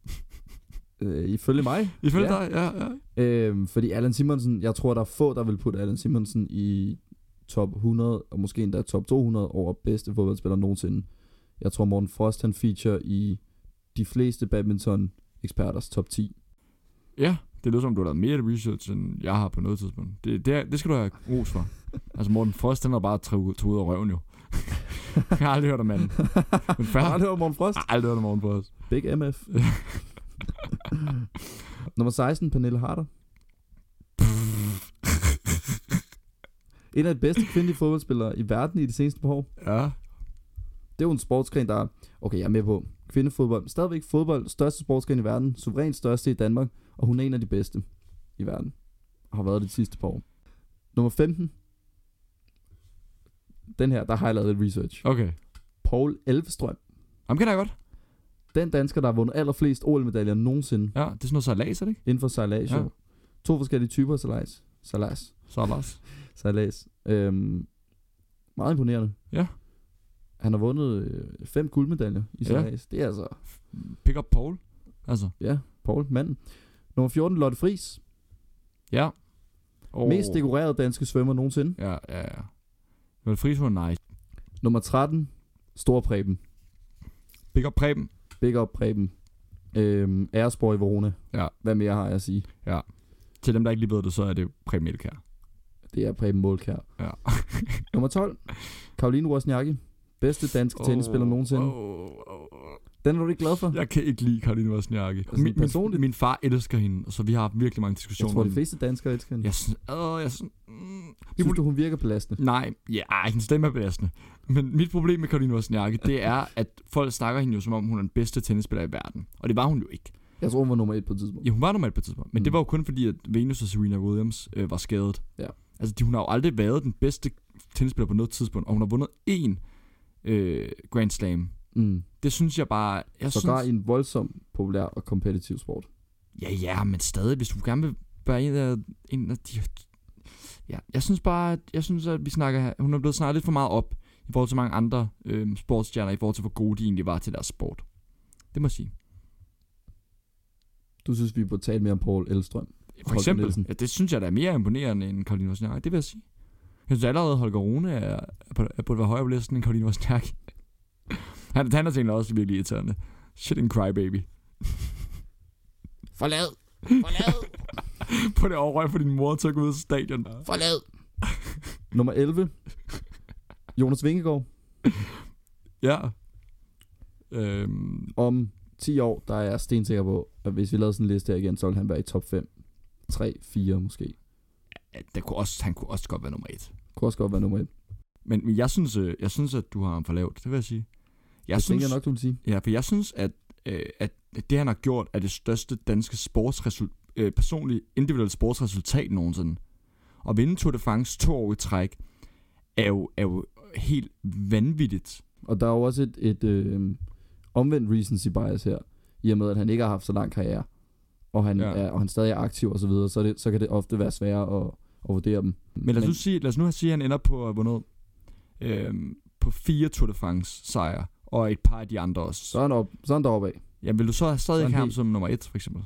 [SPEAKER 2] øh, ifølge mig.
[SPEAKER 3] Ifølge
[SPEAKER 2] ja.
[SPEAKER 3] ja. dig, ja, ja.
[SPEAKER 2] Øhm, fordi Allan Simonsen, jeg tror, der er få, der vil putte Allan Simonsen i top 100, og måske endda top 200 over bedste fodboldspiller nogensinde. Jeg tror, Morten Frost, han feature i de fleste badminton-eksperters top 10.
[SPEAKER 3] Ja, det lyder som, du har lavet mere research, end jeg har på noget tidspunkt. Det, det, er- det skal du have ros for. altså Morten Frost, den var bare truet truet af røven jo. jeg har aldrig hørt om manden. Men fair.
[SPEAKER 2] Har du hørt Morten Frost?
[SPEAKER 3] Jeg har aldrig hørt om Morten Frost.
[SPEAKER 2] Big MF. Nummer 16, Pernille Harder. en af de bedste kvindelige fodboldspillere i verden i de seneste par år.
[SPEAKER 3] Ja.
[SPEAKER 2] Det er jo en sportsgren, der er... Okay, jeg er med på. Kvindefodbold. Stadigvæk fodbold. Største sportsgren i verden. Suverænt største i Danmark. Og hun er en af de bedste i verden. Og har været det de sidste par år. Nummer 15. Den her, der har jeg lavet lidt research.
[SPEAKER 3] Okay.
[SPEAKER 2] Paul Elvestrøm.
[SPEAKER 3] Jamen, kan jeg godt.
[SPEAKER 2] Den dansker, der har vundet allerflest OL-medaljer nogensinde
[SPEAKER 3] Ja, det er sådan noget sejlads, er det ikke?
[SPEAKER 2] inden for sejlads.
[SPEAKER 3] Ja.
[SPEAKER 2] Ja. To forskellige typer af sejlads. Sejlads.
[SPEAKER 3] Så er Lars.
[SPEAKER 2] Sejlads. Øhm, meget imponerende.
[SPEAKER 3] Ja.
[SPEAKER 2] Han har vundet øh, fem guldmedaljer
[SPEAKER 3] Ja.
[SPEAKER 2] i sejlads. Det er altså
[SPEAKER 3] Pick up Paul. Altså,
[SPEAKER 2] Ja, Paul, manden. Nummer 14, Lotte Friis.
[SPEAKER 3] ja.
[SPEAKER 2] Oh.
[SPEAKER 3] Og...
[SPEAKER 2] Mest dekorerede danske svømmer nogensinde.
[SPEAKER 3] Ja, ja, ja. Men Friis, hun er nice.
[SPEAKER 2] Nummer 13, Stor Preben.
[SPEAKER 3] Pick up Preben.
[SPEAKER 2] Big up Preben. Øhm, Æresborg i Verona.
[SPEAKER 3] Ja.
[SPEAKER 2] Hvad mere har jeg at sige?
[SPEAKER 3] Til dem, der ikke lige ved det, så er det Preben Elkær.
[SPEAKER 2] Det er Preben Målkær.
[SPEAKER 3] Ja.
[SPEAKER 2] Nummer 12, Karoline Wozniacki. Bedste danske oh, tennisspiller nogensinde.
[SPEAKER 3] Oh,
[SPEAKER 2] Oh.
[SPEAKER 3] oh, oh.
[SPEAKER 2] Den er du ikke glad for?
[SPEAKER 3] Jeg kan ikke lide Karoline Wozniacki.
[SPEAKER 2] sådan
[SPEAKER 3] Min, min,
[SPEAKER 2] Altså, personligt?
[SPEAKER 3] min far elsker hende, så vi har haft virkelig mange
[SPEAKER 2] Jeg
[SPEAKER 3] diskussioner
[SPEAKER 2] tror, de
[SPEAKER 3] om det.
[SPEAKER 2] fleste danskere elsker hende.
[SPEAKER 3] Jeg synes, åh, jeg synes, mm, mit
[SPEAKER 2] Synes
[SPEAKER 3] proble-
[SPEAKER 2] du, hun virker belastende?
[SPEAKER 3] Nej, ja, ej, hendes stemme er belastende. Men mit problem med Karoline Wozniacki, det er, at folk snakker hende jo, som om hun er den bedste tennisspiller i verden. Og det var hun jo ikke.
[SPEAKER 2] Jeg tror, hun var nummer et på et tidspunkt.
[SPEAKER 3] Ja, hun var normalt på et tidspunkt. Men mm. det
[SPEAKER 2] Mm.
[SPEAKER 3] var jo kun fordi, at Venus og Serena Williams øh, var skadet.
[SPEAKER 2] Ja.
[SPEAKER 3] Altså, de, hun har jo aldrig været den bedste tennisspiller på noget tidspunkt, og hun har vundet én øh, Grand Slam.
[SPEAKER 2] Mm.
[SPEAKER 3] Det synes jeg bare... Jeg
[SPEAKER 2] Sågar
[SPEAKER 3] synes,
[SPEAKER 2] i en voldsom, populær og kompetitiv sport.
[SPEAKER 3] Ja, ja, men stadig, hvis du gerne vil være en af, en af de... Ja, jeg synes bare, at, jeg synes, at vi snakker, hun er blevet snakket lidt for meget op i forhold til mange andre øh, sportsstjerner, i forhold til, hvor gode de egentlig var til deres sport. Det må jeg sige.
[SPEAKER 2] Du synes, vi burde tale mere om Paul Elstrøm.
[SPEAKER 3] For
[SPEAKER 2] Holger
[SPEAKER 3] eksempel,
[SPEAKER 2] Nielsen.
[SPEAKER 3] ja, det synes jeg, der er mere imponerende end Karoline Wozniacki, det vil jeg sige. Jeg synes allerede, Holger Rune er, er, på, er burde være højere på listen end Karoline Wozniacki. han, han er tænkt også virkelig irriterende. Shit and cry, baby.
[SPEAKER 2] Forlad!
[SPEAKER 4] Forlad,
[SPEAKER 3] På det overrøg for din mor til at gå ud af stadion.
[SPEAKER 4] forlad.
[SPEAKER 2] Nummer 11. Jonas Vingegaard.
[SPEAKER 3] Ja. Øhm,
[SPEAKER 2] Om 10 år, der er jeg stensikker på, at hvis vi lavede sådan en liste her igen, så ville han være i top 5. 3, 4 måske.
[SPEAKER 3] ja, der kunne også, han kunne også godt være nummer et.
[SPEAKER 2] Kunne også godt være nummer 1.
[SPEAKER 3] Men, men jeg, synes, øh, jeg synes, at du har ham for lavt, det vil jeg sige. Jeg
[SPEAKER 2] Jeg det
[SPEAKER 3] synes,
[SPEAKER 2] tænker jeg nok, du vil sige.
[SPEAKER 3] Ja, for jeg synes, at, øh, at det, han har gjort, er det største danske sportsresult, øh, personlige individuelle sportsresultat nogensinde. Og vinde Tour de France to år i træk, er jo, er jo helt vanvittigt.
[SPEAKER 2] Og der er jo også et, et øh, omvendt recency bias her, i og med, at han ikke har haft så lang karriere, og han,
[SPEAKER 3] Ja.
[SPEAKER 2] ja. er, og han stadig er aktiv og så, videre, så, er det, så kan det ofte være sværere at, at vurdere dem.
[SPEAKER 3] Men lad os, nu, sige, lad os nu sige, at han ender på at have vundet øh, på fire Tour de France sejre, og et par af de andre også.
[SPEAKER 2] så er han, op, så er han deroppe af.
[SPEAKER 3] Ja, vil du så stadig
[SPEAKER 2] Sådan
[SPEAKER 3] ikke have ham
[SPEAKER 2] helt-
[SPEAKER 3] som nummer et, for eksempel?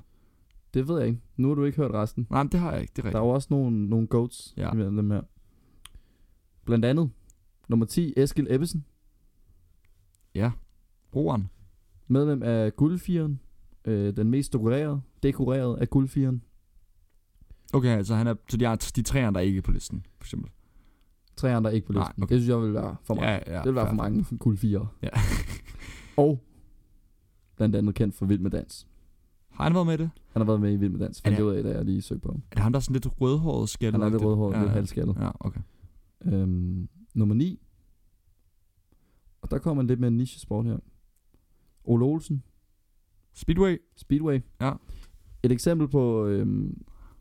[SPEAKER 2] Det ved jeg ikke. Nu har du ikke hørt resten.
[SPEAKER 3] Nej, men det har jeg ikke, det er
[SPEAKER 2] Der
[SPEAKER 3] rigtigt.
[SPEAKER 2] er jo også nogle, nogle goats
[SPEAKER 3] Ja.
[SPEAKER 2] ja. imellem dem her. Blandt andet, nummer 10, Eskil Ebbesen,
[SPEAKER 3] Roeren.
[SPEAKER 2] medlem af Guldfiren, øh, den mest dekorerede, dekoreret af Guldfiren,
[SPEAKER 3] Okay, altså han er, så de, er, de tre andre er ikke på listen, for eksempel.
[SPEAKER 2] tre andre ikke på
[SPEAKER 3] Nej,
[SPEAKER 2] listen.
[SPEAKER 3] okay.
[SPEAKER 2] Det synes jeg vil være for mange. Ja,
[SPEAKER 3] ja,
[SPEAKER 2] det vil være
[SPEAKER 3] fair.
[SPEAKER 2] for mange guldfirer.
[SPEAKER 3] Ja.
[SPEAKER 2] Og blandt andet kendt for Vild med Dans.
[SPEAKER 3] Har han været med i det?
[SPEAKER 2] Han har været med i Vild med Dans,
[SPEAKER 3] Er
[SPEAKER 2] fandt
[SPEAKER 3] det-
[SPEAKER 2] jeg ud af, da jeg lige søgte på ham.
[SPEAKER 3] Er det ham, der er sådan lidt rødhåret skaldet?
[SPEAKER 2] Han er lidt rødhåret,
[SPEAKER 3] ja,
[SPEAKER 2] lidt
[SPEAKER 3] ja.
[SPEAKER 2] halvskaldet.
[SPEAKER 3] Ja, okay.
[SPEAKER 2] Øhm, nummer 9. Og der kommer en lidt mere niche sport her. Ole Olsen.
[SPEAKER 3] Speedway?
[SPEAKER 2] Speedway.
[SPEAKER 3] Ja.
[SPEAKER 2] Et eksempel på... Øhm,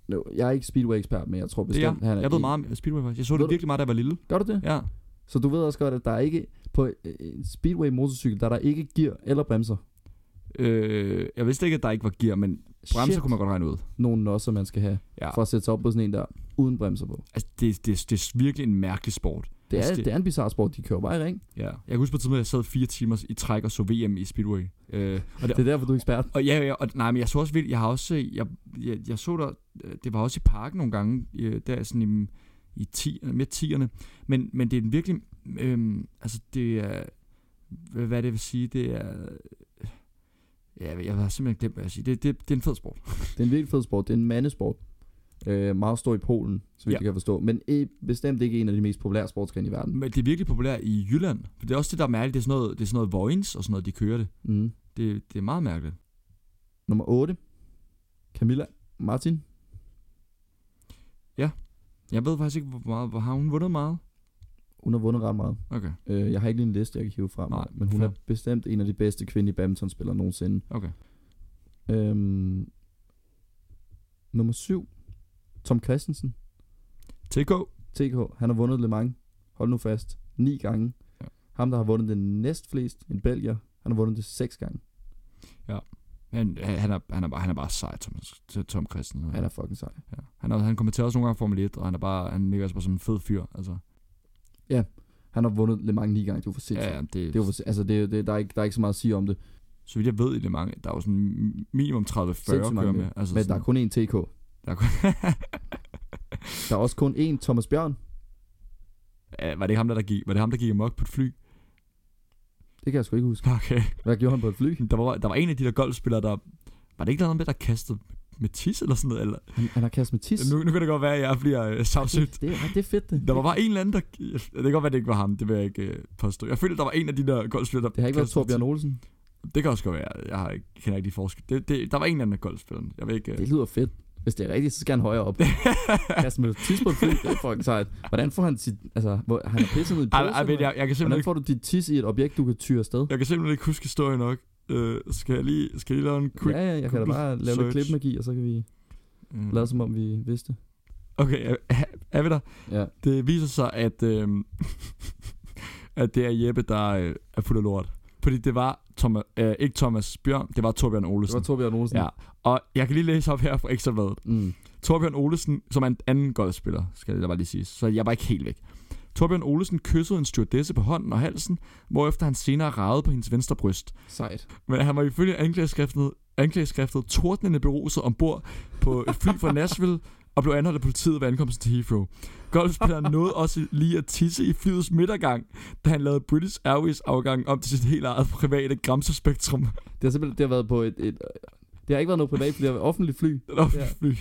[SPEAKER 2] no, jeg er ikke Speedway-ekspert, men jeg tror
[SPEAKER 3] Det er
[SPEAKER 2] bestemt...
[SPEAKER 3] jeg.
[SPEAKER 2] han er
[SPEAKER 3] Jeg ved
[SPEAKER 2] en-
[SPEAKER 3] meget om Speedway faktisk. Jeg så
[SPEAKER 2] Ved
[SPEAKER 3] det
[SPEAKER 2] du-
[SPEAKER 3] virkelig meget, da jeg var lille.
[SPEAKER 2] Gør du det?
[SPEAKER 3] Ja.
[SPEAKER 2] Så du ved også godt, at der er ikke... På på øh, en speedway motorcykel, der der ikke gear eller bremser.
[SPEAKER 3] Øh, jeg vidste ikke, at der ikke var gear, men bremser
[SPEAKER 2] Shit.
[SPEAKER 3] kunne man godt regne ud.
[SPEAKER 2] Nogle nosser, man skal have,
[SPEAKER 3] Ja.
[SPEAKER 2] for at sætte sig op på sådan en der, uden bremser på.
[SPEAKER 3] Altså, det, det, det er virkelig en mærkelig sport.
[SPEAKER 2] Det er,
[SPEAKER 3] Altså, det-
[SPEAKER 2] det er en bizarre sport, de kører bare i ring.
[SPEAKER 3] Ja. Jeg kan huske på et tidspunkt, at jeg sad fire timer i træk og så VM i Speedway. Øh, og,
[SPEAKER 2] Det
[SPEAKER 3] der,
[SPEAKER 2] er derfor, du er ekspert.
[SPEAKER 3] og ja, ja, og, nej, men jeg så også vildt. Jeg har også, øh, jeg, jeg, jeg så der, øh, det var også i parken nogle gange, øh, der sådan i, i ti, midt tierne. Men, men det er en virkelig, øh, altså det er, hvad, hvad det vil sige, det er, øh, ja, jeg har simpelthen glemt, hvad jeg siger. Det, det, det er en fed sport.
[SPEAKER 2] Det er en virkelig fed sport. Det er en mandesport. Øh, meget stor i Polen, så vidt
[SPEAKER 3] Ja.
[SPEAKER 2] ja. jeg kan forstå. Men øh, bestemt ikke en af de mest populære sportsgrene i verden.
[SPEAKER 3] Men det er virkelig populært i Jylland. For det er også det, der er mærkeligt. Det er sådan noget, det er sådan noget Vojens og sådan noget, de kører det.
[SPEAKER 2] Mm.
[SPEAKER 3] Det, det er meget mærkeligt.
[SPEAKER 2] Nummer 8. Camilla Martin.
[SPEAKER 3] Jeg ved faktisk ikke, hvor meget, hvor har hun vundet meget?
[SPEAKER 2] Hun har vundet ret meget.
[SPEAKER 3] Okay,
[SPEAKER 2] Øh, jeg har ikke lige en liste, jeg kan hive frem.
[SPEAKER 3] Nej,
[SPEAKER 2] men hun
[SPEAKER 3] fair.
[SPEAKER 2] er bestemt en af de bedste kvindelige badmintonspillere nogensinde.
[SPEAKER 3] okay.
[SPEAKER 2] Øhm, nummer 7. Tom Christensen.
[SPEAKER 3] TK.
[SPEAKER 2] TK. Han har vundet Le Mans. Hold nu fast. 9 gange.
[SPEAKER 3] Ja.
[SPEAKER 2] Ja. Ham, der har vundet det næstflest, en belgier, han har vundet det 6 gange.
[SPEAKER 3] Han, øh, han, er, han, er, bare, han er bare sej, Tom, Tom Christensen.
[SPEAKER 2] Han er fucking sej.
[SPEAKER 3] ja. han, er, han kommenterer også nogle gange Formel 1, og han er bare, han ligger også bare som en fed fyr. Altså,
[SPEAKER 2] Han har vundet Le Mans 9 gange. Det var for sindssygt.
[SPEAKER 3] ja, ja, det,
[SPEAKER 2] Det er jo, for- altså, det, er- det, der, er ikke, der er ikke så meget at sige om det.
[SPEAKER 3] så vidt jeg ved i det mange, der er jo sådan minimum 30-40
[SPEAKER 2] Sindssygt mange
[SPEAKER 3] kører med. Altså,
[SPEAKER 2] Men der er kun én TK.
[SPEAKER 3] der er kun...
[SPEAKER 2] Der er også kun én Thomas Bjørn.
[SPEAKER 3] ja, var det ikke ham, der, der gik, var det ham, der gik amok på et fly?
[SPEAKER 2] Det kan jeg sgu ikke huske.
[SPEAKER 3] Okay.
[SPEAKER 2] Hvad gjorde han på et fly?
[SPEAKER 3] Der var, der var en af de der golfspillere, der... Var det ikke noget med, der kastede med tis eller sådan noget? Eller?
[SPEAKER 2] Han, han har kastet med tis.
[SPEAKER 3] Nu, nu kan det godt være, at jeg bliver øh, sagsøgt.
[SPEAKER 2] det, er- det er fedt, det.
[SPEAKER 3] Der var bare en eller anden, der... Det kan godt være, det ikke var ham, det vil jeg ikke øh, påstå. Jeg føler, der var en af de der golfspillere, der...
[SPEAKER 2] Det har ikke været
[SPEAKER 3] kastede
[SPEAKER 2] Torbjørn Olsen.
[SPEAKER 3] til- Det kan også godt være. Jeg har ikke, kender ikke de forskelle. Det, det, der var en eller anden af golfspillerne. Jeg ved ikke...
[SPEAKER 2] Det
[SPEAKER 3] Øh...
[SPEAKER 2] lyder fedt. Hvis det er rigtigt, så skal han højere op. Kaste med tis på et fly, det er fucking sejt. Hvordan får han sit... Altså, hvor, han har pisset ned i
[SPEAKER 3] Ej,
[SPEAKER 2] posen,
[SPEAKER 3] ej, men jeg, jeg, kan simpelthen
[SPEAKER 2] Hvordan
[SPEAKER 3] ikke,
[SPEAKER 2] får du dit tis i et objekt, du kan tyre afsted?
[SPEAKER 3] jeg kan simpelthen ikke huske historien nok. Øh, skal, jeg lige, skal jeg lige lave en quick...
[SPEAKER 2] Ja, ja, jeg kan da
[SPEAKER 3] Google
[SPEAKER 2] bare lave lidt
[SPEAKER 3] search.
[SPEAKER 2] klipmagi, og så kan vi
[SPEAKER 3] Mm.
[SPEAKER 2] lade som om, vi vidste. det.
[SPEAKER 3] Okay, er, er vi der?
[SPEAKER 2] Ja.
[SPEAKER 3] Det viser sig, at, øh, at det er Jeppe, der øh, er fuld af lort. Fordi det var Thomas, øh, ikke Thomas Bjørn, det var Torbjørn
[SPEAKER 2] Det
[SPEAKER 3] Olesen.
[SPEAKER 2] var Torbjørn Olsen.
[SPEAKER 3] Ja. Og jeg kan lige læse op her fra Ekstrabladet.
[SPEAKER 2] Mm.
[SPEAKER 3] Torbjørn Olesen, som er en anden golfspiller, skal det da bare lige sige, så jeg var ikke helt væk. Torbjørn Olesen kyssede en stewardesse på hånden og halsen, hvorefter han senere ragede på hendes venstre bryst.
[SPEAKER 2] Sejt.
[SPEAKER 3] Men han var ifølge anklageskriftet, anklageskriftet tordnende beruset ombord på et fly fra Nashville og blev anholdt af politiet ved ankomsten til Heathrow. Golfspilleren nåede også lige at tisse i flyets midtergang, da han lavede British Airways afgangen om til sit helt eget private gramsespektrum.
[SPEAKER 2] Det har simpelthen det har været på et, et det har ikke været noget privat, fly, det har været offentligt fly.
[SPEAKER 3] Den offentlige fly,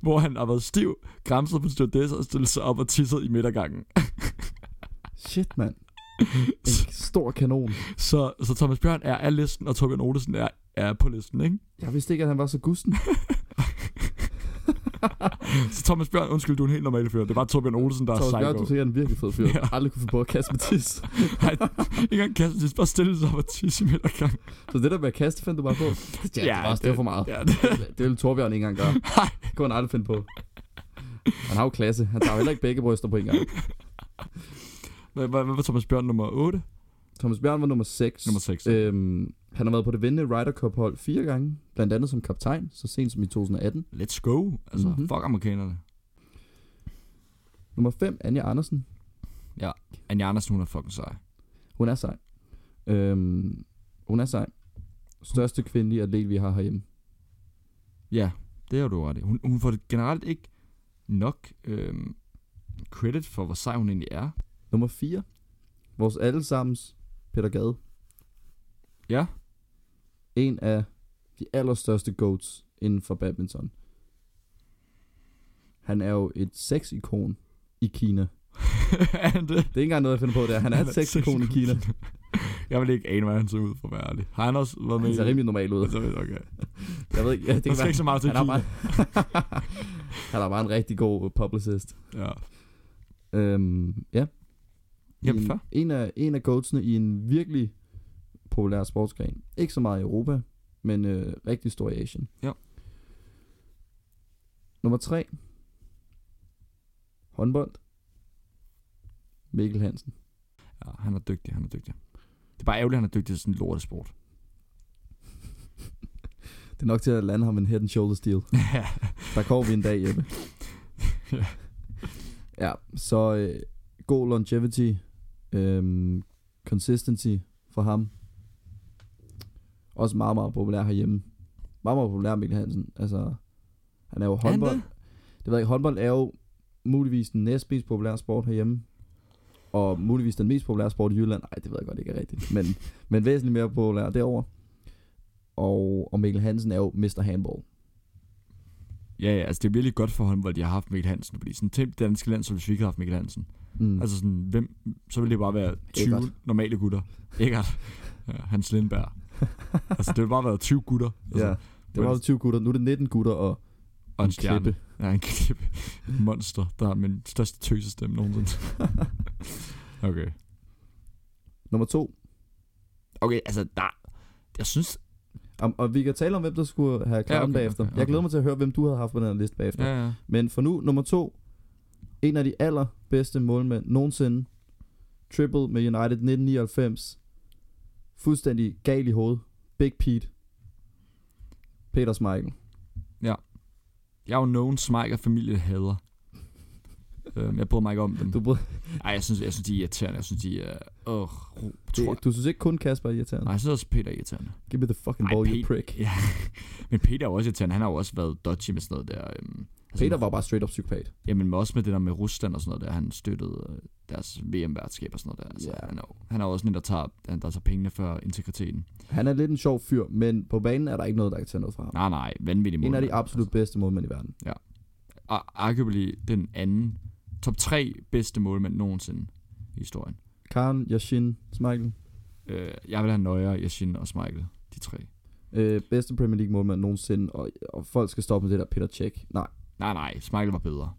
[SPEAKER 3] hvor han har været stiv, græmset på stewardesser og stillet sig op og tisset i midtergangen.
[SPEAKER 2] Shit, mand. En stor kanon.
[SPEAKER 3] Så, så Thomas Bjørn er af listen, og Torbjørn Odesen er, er på listen, ikke?
[SPEAKER 2] Jeg vidste ikke, at han var så gusten.
[SPEAKER 3] Så Thomas Bjørn, undskyld, du er en helt normal fyr. Det var Torbjørn Odesen, der
[SPEAKER 2] Thomas
[SPEAKER 3] er
[SPEAKER 2] Bjørn, du
[SPEAKER 3] psycho.
[SPEAKER 2] er sikkert en virkelig fed fyr.
[SPEAKER 3] Ja.
[SPEAKER 2] Ja. Aldrig kunne få på at kaste med tis.
[SPEAKER 3] Nej, ikke engang kassen, det er bare stille sig op og tisse i midtergangen.
[SPEAKER 2] Så det der med at kaste, fandt du bare på. Ja, det, var, også, det, var for meget.
[SPEAKER 3] Ja, det,
[SPEAKER 2] Det ville Torbjørn ikke engang gøre. Det kunne han aldrig finde på. Han har jo klasse. Han tager jo heller ikke begge bryster på en gang.
[SPEAKER 3] hvad, hvad, hvad var Thomas Bjørn nummer 8?
[SPEAKER 2] Thomas Bjørn var nummer 6.
[SPEAKER 3] Nummer 6. Øh.
[SPEAKER 2] Øhm, han har været på det vindende Ryder Cup hold fire gange. Blandt andet som kaptajn, så sent som i 2018.
[SPEAKER 3] Let's go. Altså, mm-hmm.
[SPEAKER 2] Mhm.
[SPEAKER 3] fuck amerikanerne.
[SPEAKER 2] Nummer 5, Anja Andersen.
[SPEAKER 3] Anja Andersen, hun er fucking sej.
[SPEAKER 2] Hun er sej. Øhm, hun er sej. Største kvindelige atlet, vi har herhjemme.
[SPEAKER 3] Ja, det har du ret i. Hun, hun får generelt ikke nok øhm, credit for, hvor sej hun egentlig er.
[SPEAKER 2] Nummer 4. Vores allesammens Peter Gade.
[SPEAKER 3] Ja.
[SPEAKER 2] En af de allerstørste goats inden for badminton. Han er jo et sexikon i Kina.
[SPEAKER 3] er han det?
[SPEAKER 2] Det er ikke engang noget, jeg finder på der. Han er et sexikon i Kina.
[SPEAKER 3] Jeg vil ikke ane, hvordan han så ud, for at være ærlig. Har han også været med
[SPEAKER 2] Han ser
[SPEAKER 3] i-
[SPEAKER 2] rimelig normal ud.
[SPEAKER 3] Altså, Okay.
[SPEAKER 2] Jeg ved ikke, ja, det
[SPEAKER 3] Der
[SPEAKER 2] kan
[SPEAKER 3] skal
[SPEAKER 2] være.
[SPEAKER 3] ikke så meget til
[SPEAKER 2] Han er,
[SPEAKER 3] Kina.
[SPEAKER 2] bare, han er bare en rigtig god publicist.
[SPEAKER 3] Ja.
[SPEAKER 2] Øhm, ja,
[SPEAKER 3] Jamen,
[SPEAKER 2] en,
[SPEAKER 3] fair.
[SPEAKER 2] en, af, en af goatsene i en virkelig populær sportsgren. Ikke så meget i Europa, men øh, rigtig stor i Asien.
[SPEAKER 3] Ja.
[SPEAKER 2] Nummer 3. Håndbold. Mikkel Hansen.
[SPEAKER 3] Ja, han er dygtig, han er dygtig. Det er bare ærgerligt, at han er dygtig til sådan en lortesport.
[SPEAKER 2] Det er nok til at lande ham en head and shoulders deal.
[SPEAKER 3] Ja.
[SPEAKER 2] Der kommer vi en dag, Jeppe.
[SPEAKER 3] Ja.
[SPEAKER 2] ja, så øh, god longevity, øhm, consistency for ham. Også meget, meget populær herhjemme. Meget, meget populær Mikkel Hansen. Altså, han er jo
[SPEAKER 3] han
[SPEAKER 2] håndbold. Det ved jeg ikke, håndbold er jo muligvis den næst mest populære sport herhjemme. Og muligvis den mest populære sport i Jylland. Nej, det ved jeg godt ikke er rigtigt. Men, men væsentligt mere populær derovre. Og, og Mikkel Hansen er jo Mr. Handball.
[SPEAKER 3] Ja, ja, altså det er virkelig godt for håndbold, de har haft Mikkel Hansen. Fordi sådan tænk det danske land, som hvis vi ikke havde haft Mikkel Hansen.
[SPEAKER 2] Mm.
[SPEAKER 3] Altså sådan, hvem, så ville det bare være 20
[SPEAKER 2] Eggert.
[SPEAKER 3] normale gutter. Eggert. Ja, Hans Lindberg. altså det ville bare være 20 gutter. Altså,
[SPEAKER 2] ja, det var også 20 gutter. Nu er det 19 gutter og
[SPEAKER 3] Og en stjerne. Ja, en klippe. Et monster, der har min største tøsestemme nogensinde. okay.
[SPEAKER 2] Nummer to.
[SPEAKER 3] Okay, altså, der... Jeg synes...
[SPEAKER 2] Om, og vi kan tale om, hvem der skulle have klaret ja, okay, bagefter. Okay, okay. Jeg glæder mig til at høre, hvem du havde haft på den her liste bagefter. Ja.
[SPEAKER 3] ja.
[SPEAKER 2] Men for nu, nummer to. En af de allerbedste målmænd nogensinde. Triple med United 1999. Fuldstændig gal i hovedet. Big Pete. Peter Schmeichel.
[SPEAKER 3] Jeg er jo nogen smike og familie hader. øhm, jeg bryder mig ikke om dem.
[SPEAKER 2] Du, bryder-
[SPEAKER 3] Ej, jeg synes, jeg synes, de er irriterende. Jeg synes, de er... Åh, øh, tror
[SPEAKER 2] det, du synes ikke kun Kasper er irriterende?
[SPEAKER 3] Nej,
[SPEAKER 2] Nej.
[SPEAKER 3] jeg synes også, Peter er irriterende.
[SPEAKER 2] Give me the fucking
[SPEAKER 3] Ej,
[SPEAKER 2] ball, you
[SPEAKER 3] Pete-
[SPEAKER 2] prick.
[SPEAKER 3] Ja. Men Peter er jo også irriterende. Han har jo også været dodgy med sådan noget der... Øhm, altså-
[SPEAKER 2] Peter var bare straight up psykopat.
[SPEAKER 3] Jamen men også med det der med Rusland og sådan noget der, han støttede øh, deres VM-værtskab og sådan noget der. Altså,
[SPEAKER 2] Ja.
[SPEAKER 3] yeah. han, er, jo- han er jo også en, der tager, han, der tager pengene for integriteten.
[SPEAKER 2] Han er lidt en sjov fyr, men på banen er der ikke noget, der kan tage noget fra ham.
[SPEAKER 3] Nej, nej, vanvittig
[SPEAKER 2] en af
[SPEAKER 3] målmand.
[SPEAKER 2] de absolut bedste målmænd i verden.
[SPEAKER 3] Altså, ar- arguably den anden, top tre bedste målmænd nogensinde i historien.
[SPEAKER 2] Karen, Yashin, Schmeichel.
[SPEAKER 3] Øh, jeg vil have Nøjer, Yashin og Michael, de tre.
[SPEAKER 2] Øh, bedste Premier League målmand nogensinde, og, og folk skal stoppe med det der Peter Cech. Nej,
[SPEAKER 3] Nej, nej, Michael var bedre.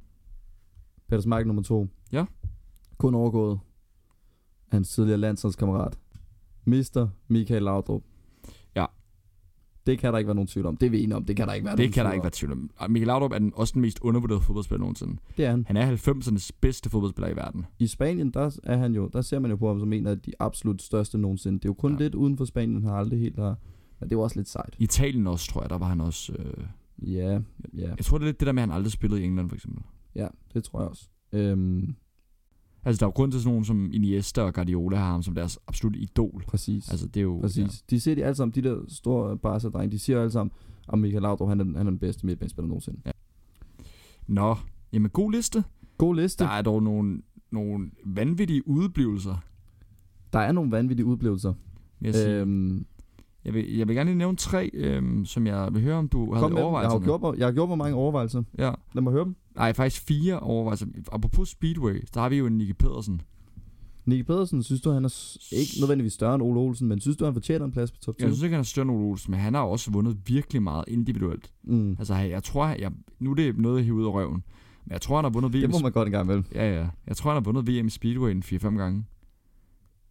[SPEAKER 2] Peter Schmeichel nummer to.
[SPEAKER 3] Ja.
[SPEAKER 2] Kun overgået af hans tidligere landsholdskammerat. Mister Michael Laudrup.
[SPEAKER 3] Ja.
[SPEAKER 2] Det kan der ikke være nogen tvivl om. Det er vi enige om. Det kan der ikke være nogen
[SPEAKER 3] det kan
[SPEAKER 2] tvivl
[SPEAKER 3] der ikke være tvivl om. Og Michael Laudrup er den, også den mest undervurderede fodboldspiller nogensinde.
[SPEAKER 2] om. Det er han.
[SPEAKER 3] Han er 90'ernes bedste fodboldspiller i verden.
[SPEAKER 2] I Spanien, der er han jo, der ser man jo på ham som en af de absolut største nogensinde. Det er jo kun ja.
[SPEAKER 3] Ja.
[SPEAKER 2] lidt uden for Spanien, han har aldrig helt har. Men det var også lidt sejt.
[SPEAKER 3] I Italien også, tror jeg, der var han også... Øh,
[SPEAKER 2] Ja, ja,
[SPEAKER 3] jeg tror, det er lidt det der med, at han aldrig spillede i England, for eksempel.
[SPEAKER 2] ja, det tror jeg også. Øhm,
[SPEAKER 3] Altså, der er jo grund til sådan nogen som Iniesta og Guardiola har ham som deres absolutte idol.
[SPEAKER 2] præcis.
[SPEAKER 3] Altså, det er jo...
[SPEAKER 2] Præcis. Ja. De siger de alle sammen, de der store Barca-drenge, de siger alle sammen, at Michael Laudrup, han er, den- han er den bedste midtbanespiller nogensinde.
[SPEAKER 3] Ja. Nå, jamen god liste.
[SPEAKER 2] God liste.
[SPEAKER 3] Der
[SPEAKER 2] Der er,
[SPEAKER 3] er dog nogle, nogle vanvittige udeblivelser.
[SPEAKER 2] der er nogle vanvittige udblivelser.
[SPEAKER 3] Vil jeg, sige.
[SPEAKER 2] Øhm,
[SPEAKER 3] jeg, vil, jeg vil gerne lige nævne tre, øhm, som jeg vil høre, om du havde
[SPEAKER 2] kom med, dem. jeg,
[SPEAKER 3] overvejelser
[SPEAKER 2] har gjort, mig- jeg har gjort mig mange overvejelser.
[SPEAKER 3] Ja.
[SPEAKER 2] Lad mig høre dem.
[SPEAKER 3] Nej, faktisk fire overvejelser. Apropos Speedway, der har vi jo en Nicky Pedersen.
[SPEAKER 2] Nicky Pedersen, synes du, han er s- ikke nødvendigvis større end Ole Olsen, men synes du, han fortjener en plads på top 10?
[SPEAKER 3] Jeg synes ikke, han er større end Ole Olsen, men han har jo også vundet virkelig meget individuelt.
[SPEAKER 2] mm.
[SPEAKER 3] Altså, jeg jeg tror, jeg, nu er det noget, jeg hiver ud af røven. Men jeg tror, han har vundet VM
[SPEAKER 2] Det må man godt en gang vel.
[SPEAKER 3] Ja, ja. Jeg tror, han har vundet VM i Speedway en 4-5 gange.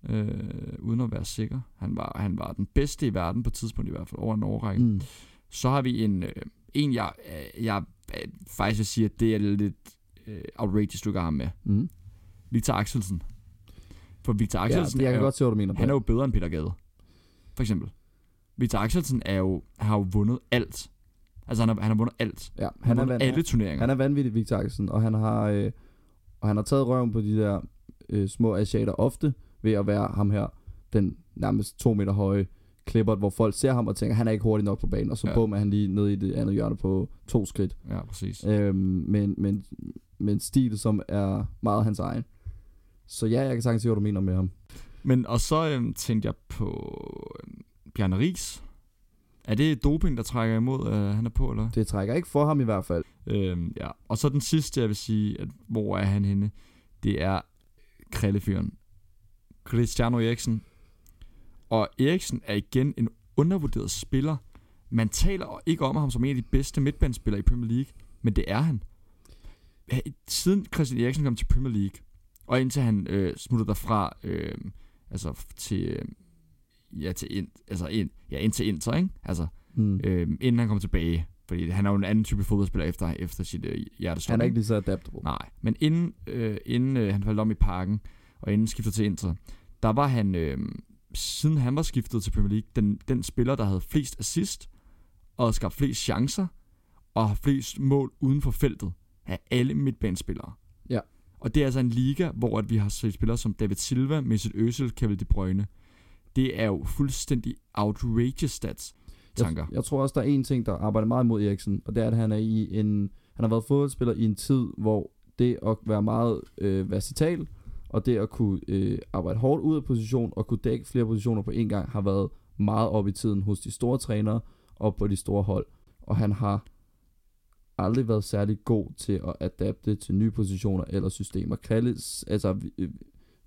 [SPEAKER 3] Øh, uden at være sikker. Han var, han var den bedste i verden på et tidspunkt i hvert fald, over en årrække. Mm.
[SPEAKER 2] Mm.
[SPEAKER 3] Så har vi en, øh, en jeg, øh, jeg øh, faktisk vil sige, at det er lidt øh, outrageous, du gør ham med.
[SPEAKER 2] Mm.
[SPEAKER 3] Victor Axelsen. For Victor
[SPEAKER 2] Ja,
[SPEAKER 3] Axelsen
[SPEAKER 2] jeg
[SPEAKER 3] er,
[SPEAKER 2] kan
[SPEAKER 3] jo,
[SPEAKER 2] godt se, hvad du mener.
[SPEAKER 3] han er jo bedre end Peter Gade. For eksempel. Victor Axelsen er jo, har jo vundet alt. Altså, han har, han har vundet alt.
[SPEAKER 2] ja,
[SPEAKER 3] Han,
[SPEAKER 2] han
[SPEAKER 3] har
[SPEAKER 2] er,
[SPEAKER 3] vundet
[SPEAKER 2] vand,
[SPEAKER 3] alle turneringer.
[SPEAKER 2] Han er vanvittig, Victor Axelsen, og han har, øh, og han har taget røven på de der øh, små asiater ofte ved at være ham her, den nærmest to meter høje klippert, hvor folk ser ham og tænker, han er ikke hurtig nok på banen, og så ja.
[SPEAKER 3] Ja.
[SPEAKER 2] bum er han lige nede i det andet hjørne på to skridt.
[SPEAKER 3] Ja, præcis.
[SPEAKER 2] Øhm, men, men, men stil, som er meget hans egen. Så ja, jeg kan sagtens se, hvad du mener med ham.
[SPEAKER 3] Men og så øhm, tænkte jeg på øhm, Bjarne Ries. Er det doping, der trækker imod, øh, han er på, eller?
[SPEAKER 2] Det trækker ikke for ham i hvert fald.
[SPEAKER 3] Øhm, ja. Og så den sidste, jeg vil sige, at hvor er han henne? Det er krillefyren. Cristiano Eriksen. Og Eriksen er igen en undervurderet spiller. Man taler ikke om ham som en af de bedste midtbanespillere i Premier League, men det er han. Siden Christian Eriksen kom til Premier League, og indtil han øh, smuttede derfra, øh, altså f- til, øh, ja, til ind, altså ind, ja, ind til Inter, ikke? Altså,
[SPEAKER 2] Mm.
[SPEAKER 3] øh, inden han kom tilbage. Fordi han er jo en anden type fodboldspiller efter, efter sit øh, hjertestop.
[SPEAKER 2] Han er
[SPEAKER 3] ikke?
[SPEAKER 2] ikke lige så adaptable.
[SPEAKER 3] Nej, men inden, øh, inden øh, han faldt om i parken, og inden skifter til Inter, der var han, øh, siden han var skiftet til Premier League, den, den spiller, der havde flest assist, og skabt flest chancer, og har flest mål uden for feltet af alle midtbanespillere.
[SPEAKER 2] Ja.
[SPEAKER 3] Og det er altså en liga, hvor at vi har set spillere som David Silva, Mesut Özil, Kevin De Bruyne. Det er jo fuldstændig outrageous stats, tanker.
[SPEAKER 2] Jeg, jeg tror også, der er en ting, der arbejder meget imod Eriksen, og det er, at han er i en, han har været fodboldspiller i en tid, hvor det at være meget øh, versatil, og det at kunne øh, arbejde hårdt ud af position, og kunne dække flere positioner på en gang, har været meget op i tiden hos de store trænere, og på de store hold. Og han har aldrig været særlig god til at adapte til nye positioner eller systemer. Kallis, altså vi- øh,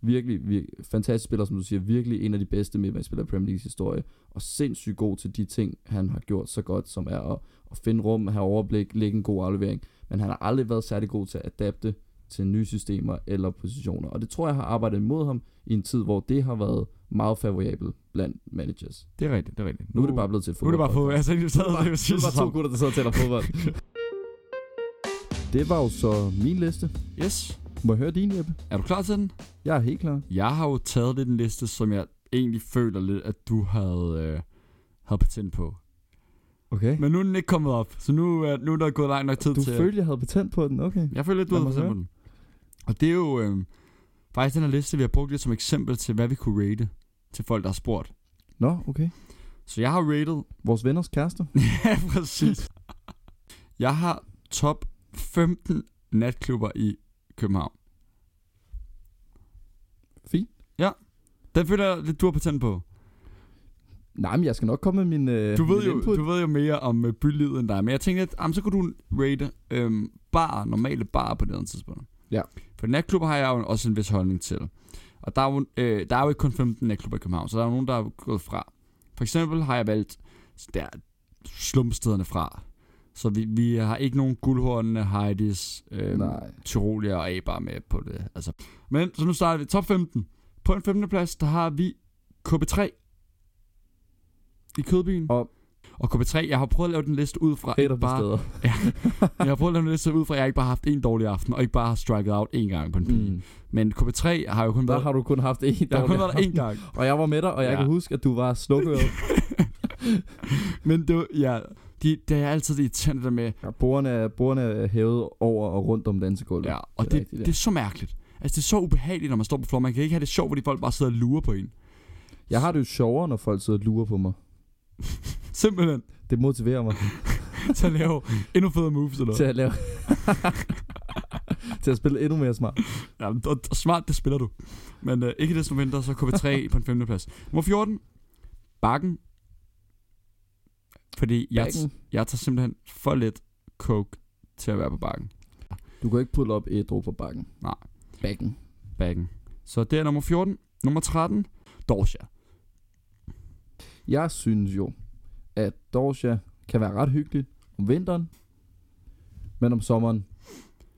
[SPEAKER 2] virkelig, virkelig fantastisk spiller, som du siger, virkelig en af de bedste midtbanespillere i Premier Leagues historie og sindssygt god til de ting, han har gjort så godt, som er at, at finde rum, have overblik, lægge en god aflevering. Men han har aldrig været særlig god til at adapte til nye systemer eller positioner. Og det tror jeg har arbejdet imod ham i en tid, hvor det har været meget favorabelt blandt managers.
[SPEAKER 3] Det er rigtigt, det Uh, er rigtigt.
[SPEAKER 2] Nu er det bare blevet til et
[SPEAKER 1] Nu er det bare på,
[SPEAKER 2] fodboldpodcast.
[SPEAKER 1] altså, jeg sad,
[SPEAKER 2] Nu er det
[SPEAKER 1] jeg
[SPEAKER 2] bare, nu er det bare to gutter, der sidder og taler fodbold. det var jo så min liste.
[SPEAKER 3] Yes.
[SPEAKER 2] Må jeg høre din, Jeppe?
[SPEAKER 3] Er du klar til den?
[SPEAKER 2] Jeg er helt klar.
[SPEAKER 3] Jeg har jo taget lidt en liste, som jeg egentlig føler lidt, at du havde, øh, havde patent på.
[SPEAKER 2] Okay.
[SPEAKER 3] Men nu er den ikke kommet op, så nu, er, nu er der gået lang nok tid
[SPEAKER 2] Du
[SPEAKER 3] til... at-
[SPEAKER 2] følte, jeg havde patent på den, okay.
[SPEAKER 3] Jeg føler lidt, du
[SPEAKER 2] Lad
[SPEAKER 3] havde
[SPEAKER 2] mig
[SPEAKER 3] patent på
[SPEAKER 2] høre.
[SPEAKER 3] den. Og det er jo øh, faktisk den her liste, vi har brugt lidt som eksempel til, hvad vi kunne rate til folk, der har spurgt.
[SPEAKER 2] Nå, okay.
[SPEAKER 3] Så jeg har rated...
[SPEAKER 2] Vores venners kærester.
[SPEAKER 3] ja, præcis. Jeg har top 15 natklubber i København.
[SPEAKER 2] Fint.
[SPEAKER 3] Den føler jeg lidt, du har patent på.
[SPEAKER 2] Nej, men jeg skal nok komme med min øh,
[SPEAKER 3] Du ved,
[SPEAKER 2] min
[SPEAKER 3] jo,
[SPEAKER 2] input.
[SPEAKER 3] du ved jo mere om øh, bylivet end dig, men jeg tænkte, at jamen, så kunne du rate øhm, bar, normale bar på det andet tidspunkt.
[SPEAKER 2] Ja.
[SPEAKER 3] For natklubber har jeg jo også en vis holdning til. Og der er jo, øh, der er jo ikke kun 15 natklubber i København, så der er jo nogen, der er gået fra. For eksempel har jeg valgt der slumstederne fra. Så vi, vi har ikke nogen guldhornene, Heidis, øh,
[SPEAKER 2] Nej.
[SPEAKER 3] Tyrolia og A-bar med på det. Altså. Men så nu starter vi. Top 15. På en 15. plads, der har vi KB3 i Kødbyen.
[SPEAKER 2] Og-
[SPEAKER 3] og KB3, jeg har prøvet at lave den liste ud fra...
[SPEAKER 2] Hater
[SPEAKER 3] ikke
[SPEAKER 2] på steder.
[SPEAKER 3] jeg har prøvet at lave den liste ud fra, at jeg ikke bare har haft en dårlig aften, og ikke bare har striket out en gang på en pige. Mm.
[SPEAKER 2] Mm.
[SPEAKER 3] Men KB3 har jo kun
[SPEAKER 2] Der
[SPEAKER 3] været...
[SPEAKER 2] har du kun haft én
[SPEAKER 3] Jeg har kun
[SPEAKER 2] dårlig
[SPEAKER 3] været der en
[SPEAKER 2] aften.
[SPEAKER 3] gang.
[SPEAKER 2] Og jeg var med dig, og jeg
[SPEAKER 3] Ja.
[SPEAKER 2] ja. kan huske, at du var slukøret.
[SPEAKER 3] Men det var, ja, de, det er altid det tænder der med,
[SPEAKER 2] ja, bordene, er- bordene er hævet over og rundt om dansegulvet.
[SPEAKER 3] ja, og
[SPEAKER 2] det er
[SPEAKER 3] det, det,
[SPEAKER 2] rigtigt, ja.
[SPEAKER 3] det, er så mærkeligt. Altså, det er så ubehageligt, når man står på floor. Man kan ikke have det sjovt, fordi folk bare sidder og lurer på en.
[SPEAKER 2] Jeg har det jo sjovere, når folk sidder og lurer på mig.
[SPEAKER 3] Simpelthen.
[SPEAKER 2] Det motiverer mig
[SPEAKER 3] til at lave endnu federe moves eller
[SPEAKER 2] til
[SPEAKER 3] noget.
[SPEAKER 2] at lave... til at spille endnu mere smart.
[SPEAKER 3] Ja, og, og smart, det spiller du. Men øh, ikke desto mindre, så KB3 på en femte plads. Nummer 14. Bakken. Fordi jeg,
[SPEAKER 2] Backen.
[SPEAKER 3] jeg tager simpelthen for lidt coke til at være på bakken.
[SPEAKER 2] Du kan ikke pulle op et på bakken.
[SPEAKER 3] Nej.
[SPEAKER 2] Bakken.
[SPEAKER 3] bakken. Så det er nummer 14. Nummer 13. Dorsia.
[SPEAKER 2] Jeg synes jo, at Dorsia kan være ret hyggeligt om vinteren, men om sommeren,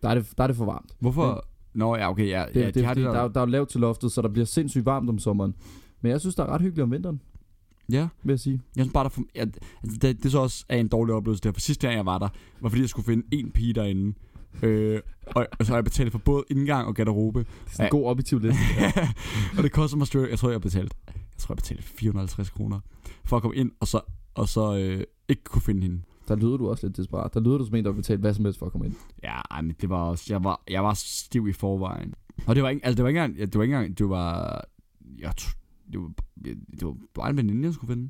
[SPEAKER 2] der er det, der er det for varmt.
[SPEAKER 3] Hvorfor? Nå ja, okay. Ja,
[SPEAKER 2] Det,
[SPEAKER 3] ja,
[SPEAKER 2] ja,
[SPEAKER 3] de
[SPEAKER 2] det, det,
[SPEAKER 3] har
[SPEAKER 2] fordi
[SPEAKER 3] det
[SPEAKER 2] der,
[SPEAKER 3] der.
[SPEAKER 2] er- der er jo lavt til loftet, så der bliver sindssygt varmt om sommeren. Men jeg synes, der er ret hyggeligt om vinteren,
[SPEAKER 3] Ja,
[SPEAKER 2] vil jeg sige.
[SPEAKER 3] jeg synes bare, der for, ja, altså, det, det, så også er en dårlig oplevelse der. For sidste gang, jeg var der, var fordi, jeg skulle finde en pige derinde. Øh, og, og, så har jeg betalt for både indgang og garderobe.
[SPEAKER 2] Det er sådan
[SPEAKER 3] Ja.
[SPEAKER 2] en god objektiv liste.
[SPEAKER 3] og det kostede mig straight, jeg tror jeg betalte, jeg tror jeg betalte 450 kroner for at komme ind og så, og så øh, ikke kunne finde hende.
[SPEAKER 2] Der lyder du også lidt desperat. Der lyder du som en, der har betalt hvad som helst for at komme ind.
[SPEAKER 3] Ja, ej, men det var også, jeg var, jeg var stiv i forvejen. Og det var ikke, altså det var ikke engang, ja, det var ikke engang, det var, jeg tr- det var, det var bare en veninde, jeg skulle finde.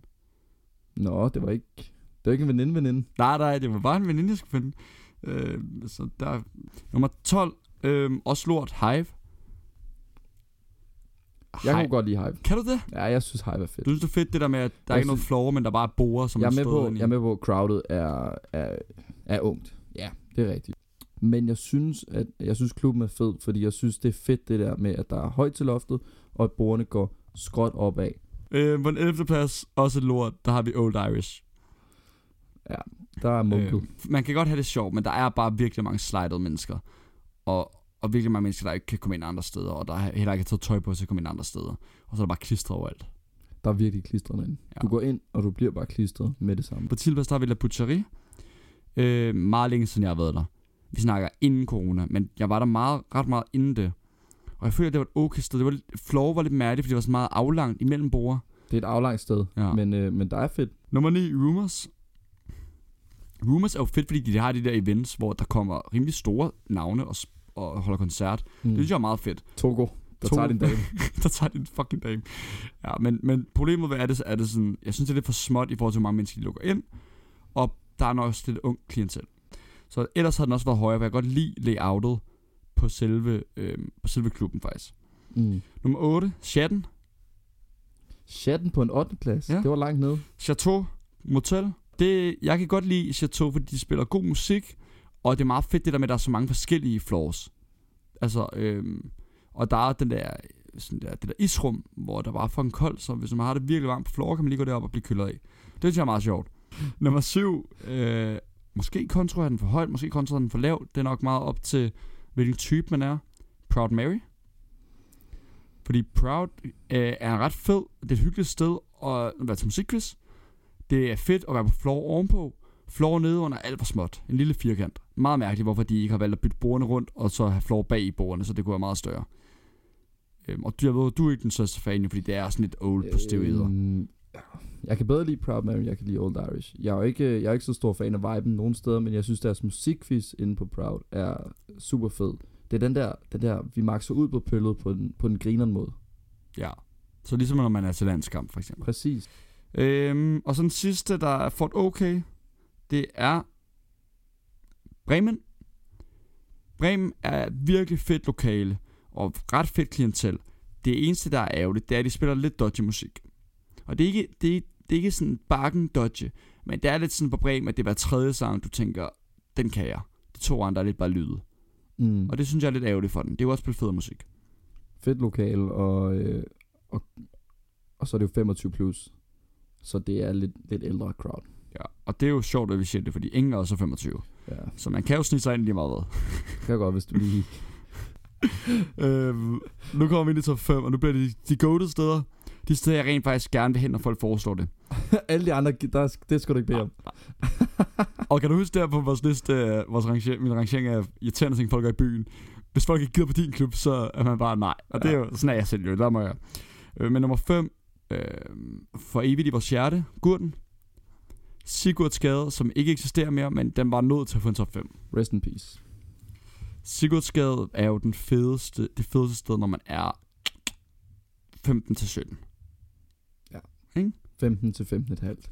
[SPEAKER 2] Nå, det var ikke... Det var ikke en veninde, veninde.
[SPEAKER 3] Nej, nej, det var bare en veninde, jeg skulle finde. Øh, så der, nummer 12, øh, også lort, Hive.
[SPEAKER 2] Jeg
[SPEAKER 3] Hive.
[SPEAKER 2] kunne godt lide hype.
[SPEAKER 3] Kan du det?
[SPEAKER 2] Ja, jeg synes hype er fedt.
[SPEAKER 3] Du synes, det er fedt det der med, at der er
[SPEAKER 2] Jeg
[SPEAKER 3] ikke noget
[SPEAKER 2] synes-
[SPEAKER 3] floor, men der bare er borer, som
[SPEAKER 2] jeg, er
[SPEAKER 3] er
[SPEAKER 2] med
[SPEAKER 3] stået
[SPEAKER 2] på,
[SPEAKER 3] inde i.
[SPEAKER 2] jeg er med på, at crowded er, er, er ungt. Ja, det er rigtigt. Men jeg synes, at jeg synes klubben er fed, fordi jeg synes, det er fedt det der med, at der er højt til loftet, og at bordene går skråt opad.
[SPEAKER 3] Øh, på den 11. plads, også et lort, der har vi Old Irish.
[SPEAKER 2] Der er munket.
[SPEAKER 3] Øh, man kan godt have det sjovt, men der er bare virkelig mange slidede mennesker. Og, og virkelig mange mennesker, der ikke kan komme ind andre steder, og der heller ikke har taget tøj på til at komme ind andre steder. Og så er der bare klistret overalt.
[SPEAKER 2] Der er virkelig klistret ind.
[SPEAKER 3] Ja.
[SPEAKER 2] Ja. Du går ind, og du bliver bare klistret med det samme.
[SPEAKER 3] På tilpas, der har vi La Butcherie. Øh, meget længe siden jeg har været der. Vi snakker inden corona, men jeg var der meget, ret meget inden det. Og jeg føler, at det var et okay sted. Det var, lidt- floor var lidt mærkeligt, fordi det var så meget aflangt imellem borde.
[SPEAKER 2] Det er et aflangt sted,
[SPEAKER 3] Ja.
[SPEAKER 2] men, øh, men der er fedt.
[SPEAKER 3] Nummer 9, Rumors. Rumors er jo fedt, fordi de har de der events, hvor der kommer rimelig store navne og, s- og holder koncert. Mm.
[SPEAKER 2] Mm.
[SPEAKER 3] Det synes jeg er meget fedt.
[SPEAKER 2] Togo, der
[SPEAKER 3] Togo.
[SPEAKER 2] tager din dame.
[SPEAKER 3] der tager din fucking dame. Ja, men, men problemet ved er det, så er det sådan, jeg synes, det er lidt for småt i forhold til, hvor mange mennesker de lukker ind, og der er nok også lidt ung klientel. Så ellers havde den også været højere, for jeg kan godt lide layoutet på selve, øh, på selve klubben faktisk.
[SPEAKER 2] Mm.
[SPEAKER 3] Nummer 8, Chatten,
[SPEAKER 2] Chatten på en 8. klasse,
[SPEAKER 3] Ja.
[SPEAKER 2] ja. det var langt nede.
[SPEAKER 3] Chateau, Motel. Det, jeg kan godt lide Chateau, fordi de spiller god musik, og det er meget fedt det der med, at der er så mange forskellige floors. Altså, øhm, og der er den der, sådan der, det der isrum, hvor der var fucking koldt, så hvis man har det virkelig varmt på floor, kan man lige gå derop og blive kølet af. Det synes jeg er meget sjovt. Nummer 7, øh, måske kontroller jeg den for højt, måske kontroller jeg den for lavt. Det er nok meget op til, hvilken type man er. Proud Mary. Fordi Proud øh, er en ret fed, det er et hyggeligt sted at være til musikquiz. Det er fedt at være på floor ovenpå. Floor nedenunder er alt for småt. En lille firkant. Meget mærkeligt, hvorfor de ikke har valgt at bytte bordene rundt, og så have floor bag i bordene, så det kunne være meget større. Øhm, og du- jeg ved, du er ikke den største fan, fordi det er sådan lidt old på steroider.
[SPEAKER 2] Øhm, ja. Jeg kan bedre lide Proud Mary, jeg kan lide Old Irish. Jeg er jo ikke, jeg er ikke så stor fan af viben nogen steder, men jeg synes, deres musikquiz inde på Proud er super fed. Det er den der, den der vi makser ud på pøllet på den, på den grineren måde.
[SPEAKER 3] Ja. Så ligesom når man er til landskamp, for eksempel.
[SPEAKER 2] Præcis.
[SPEAKER 3] Øhm, og så den sidste, der er fået okay, det er Bremen. Bremen er et virkelig fedt lokale, og ret fedt klientel. Det eneste, der er ærgerligt, det er, at de spiller lidt dodgy musik. Og det er ikke, det er, det er ikke sådan bakken dodgy, men det er lidt sådan på Bremen, at det er hver tredje sang, du tænker, den kan jeg. De to andre er lidt bare lyde.
[SPEAKER 2] Mm.
[SPEAKER 3] Og det synes jeg er lidt ærgerligt for den. Det er jo også blevet fed musik.
[SPEAKER 2] Fedt lokal, og, øh, og, og så er det jo 25 plus. Så det er lidt, lidt ældre crowd.
[SPEAKER 3] Ja. Og det er jo sjovt, at vi siger det, fordi ingen er også 25.
[SPEAKER 2] Ja,
[SPEAKER 3] Så man kan jo snige sig ind lige meget hvad.
[SPEAKER 2] det kan jeg godt, hvis du lige...
[SPEAKER 3] øhm, nu kommer vi ind i top 5, og nu bliver det de gode steder. De steder, jeg rent faktisk gerne vil hen, når folk foreslår det. Ah,
[SPEAKER 2] Alle de andre, der, er- det skal du ikke bede om.
[SPEAKER 3] Og kan du huske der på vores liste, øh, vores ranger, min rangering af irriterende ting, folk gør i byen? Hvis folk ikke gider på din klub, så er man bare nej. Og det er jo, sådan er jeg selv jo, der må jeg. Øh, men nummer 5, øh, for evigt i vores hjerte, Gurden. Sigurds skade, som ikke eksisterer mere, men den var nødt til at få en top 5.
[SPEAKER 2] Rest in peace.
[SPEAKER 3] Sigurdsgade er jo den fedeste, det fedeste sted, når man er 15 til 17.
[SPEAKER 2] 15 til 15,5.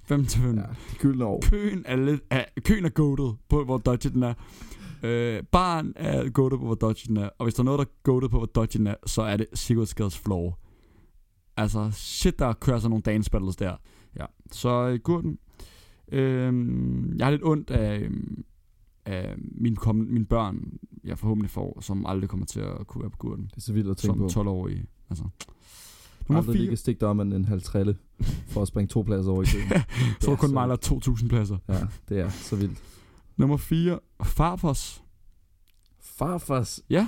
[SPEAKER 3] 15 til 15.
[SPEAKER 2] Ja,
[SPEAKER 3] Ja.
[SPEAKER 2] de gyldne år.
[SPEAKER 3] Køen er lidt, er, køen er goated på, hvor dodgy den er. Øh, barn er goated på, hvor dodgy den er. Og hvis der er noget, der er goated på, hvor dodgy den er, så er det Sigurdsgades floor. Altså, shit, der kører sådan nogle dance battles der. Ja, så øh, gurten. Øhm, jeg har lidt ondt af, øhm, af mine, kom, mine børn, jeg forhåbentlig får, som aldrig kommer til at kunne være på gurten.
[SPEAKER 2] Det er så vildt at tænke
[SPEAKER 3] som
[SPEAKER 2] på.
[SPEAKER 3] 12-årige. Altså. Nummer
[SPEAKER 2] Aldrig
[SPEAKER 3] 4,
[SPEAKER 2] ligge stik om en, en halv trille for at springe to pladser over i køen.
[SPEAKER 3] så er
[SPEAKER 2] Ja,
[SPEAKER 3] kun mig, der er 2.000 pladser.
[SPEAKER 2] Ja, det er så vildt.
[SPEAKER 3] Nummer 4, Farfos.
[SPEAKER 2] Farfars
[SPEAKER 3] Ja,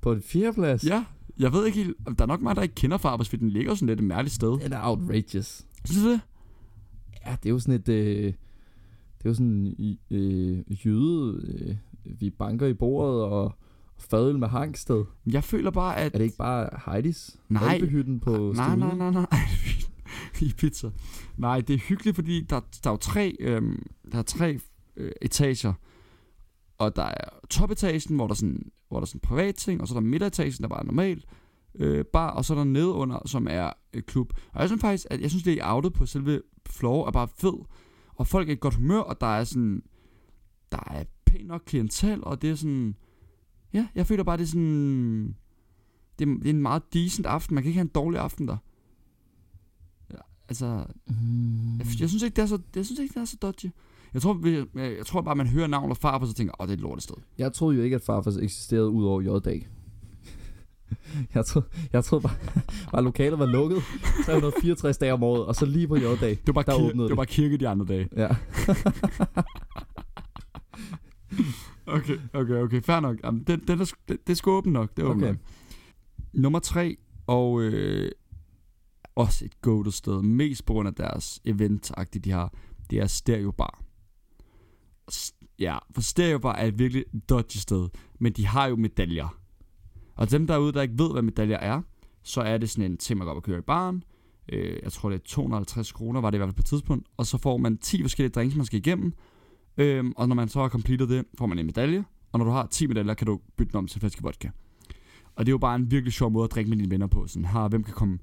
[SPEAKER 2] på en fjerdeplads.
[SPEAKER 3] ja. Jeg ved ikke helt, der er nok mig, der ikke kender Farfos, fordi den ligger jo sådan lidt et mærkeligt sted.
[SPEAKER 2] Den er outrageous.
[SPEAKER 3] Synes du det?
[SPEAKER 2] Ja, det er jo sådan et... Øh, det er jo sådan i- øh, jyde... Øh, vi banker i bordet og fadøl med hangsted.
[SPEAKER 3] Jeg føler bare, at...
[SPEAKER 2] Er det ikke bare Heidis?
[SPEAKER 3] Nej.
[SPEAKER 2] Alpehytten på
[SPEAKER 3] nej,
[SPEAKER 2] stuen?
[SPEAKER 3] nej, nej, nej. I pizza. Nej, det er hyggeligt, fordi der, der er jo tre, øhm, der er tre øh, etager. Og der er topetagen, hvor der er sådan, hvor der er sådan privat ting, og så er der midteretagen, der bare er normalt øh, bar, og så er der nedenunder, som er øh, klub. Og jeg synes faktisk, at jeg synes, det er outet på selve floor er bare fed, og folk er i godt humør, og der er sådan, der er pænt nok klientel, og det er sådan, ja, jeg føler bare, det er sådan, det er, det er en meget decent aften. Man kan ikke have en dårlig aften der. Ja, altså,
[SPEAKER 2] Mm.
[SPEAKER 3] jeg, jeg synes ikke, det er så, jeg synes ikke, det er så dodgy. Jeg tror, vi, jeg, jeg tror bare, man hører navn og far på, så tænker, åh, oh, det er et lortested.
[SPEAKER 2] Jeg troede jo ikke, at Farfars eksisterede ud over J-dag. Jeg troede, jeg troede bare, bare, at lokalet var lukket 364 dage om året, og så lige på J-dag.
[SPEAKER 3] Det var bare,
[SPEAKER 2] Der
[SPEAKER 3] kir-
[SPEAKER 2] åbnede
[SPEAKER 3] det var bare kirke de andre dage.
[SPEAKER 2] Ja.
[SPEAKER 3] Okay, okay, okay, fair nok. Jamen, det, det, det, det, det er sgu åbent nok, det er åbent okay.
[SPEAKER 2] Okay.
[SPEAKER 3] nok. Nummer tre, og øh, også et goated sted, mest på grund af deres event de har, det er Stereo Bar. S- Ja, for Stereo Bar er et virkelig dodgy sted, men de har jo medaljer. Og til dem derude, der ikke ved, hvad medaljer er, så er det sådan en ting, man går op og kører i baren. Øh, jeg tror, det er 250 kroner, var det i hvert fald på et tidspunkt. Og så får man 10 forskellige drinks, man skal igennem. Øhm, og når man så har completet det, får man en medalje. Og når du har 10 medaljer, kan du bytte den om til en flaske vodka. Og det er jo bare en virkelig sjov måde at drikke med dine venner på. Sådan, har, hvem kan komme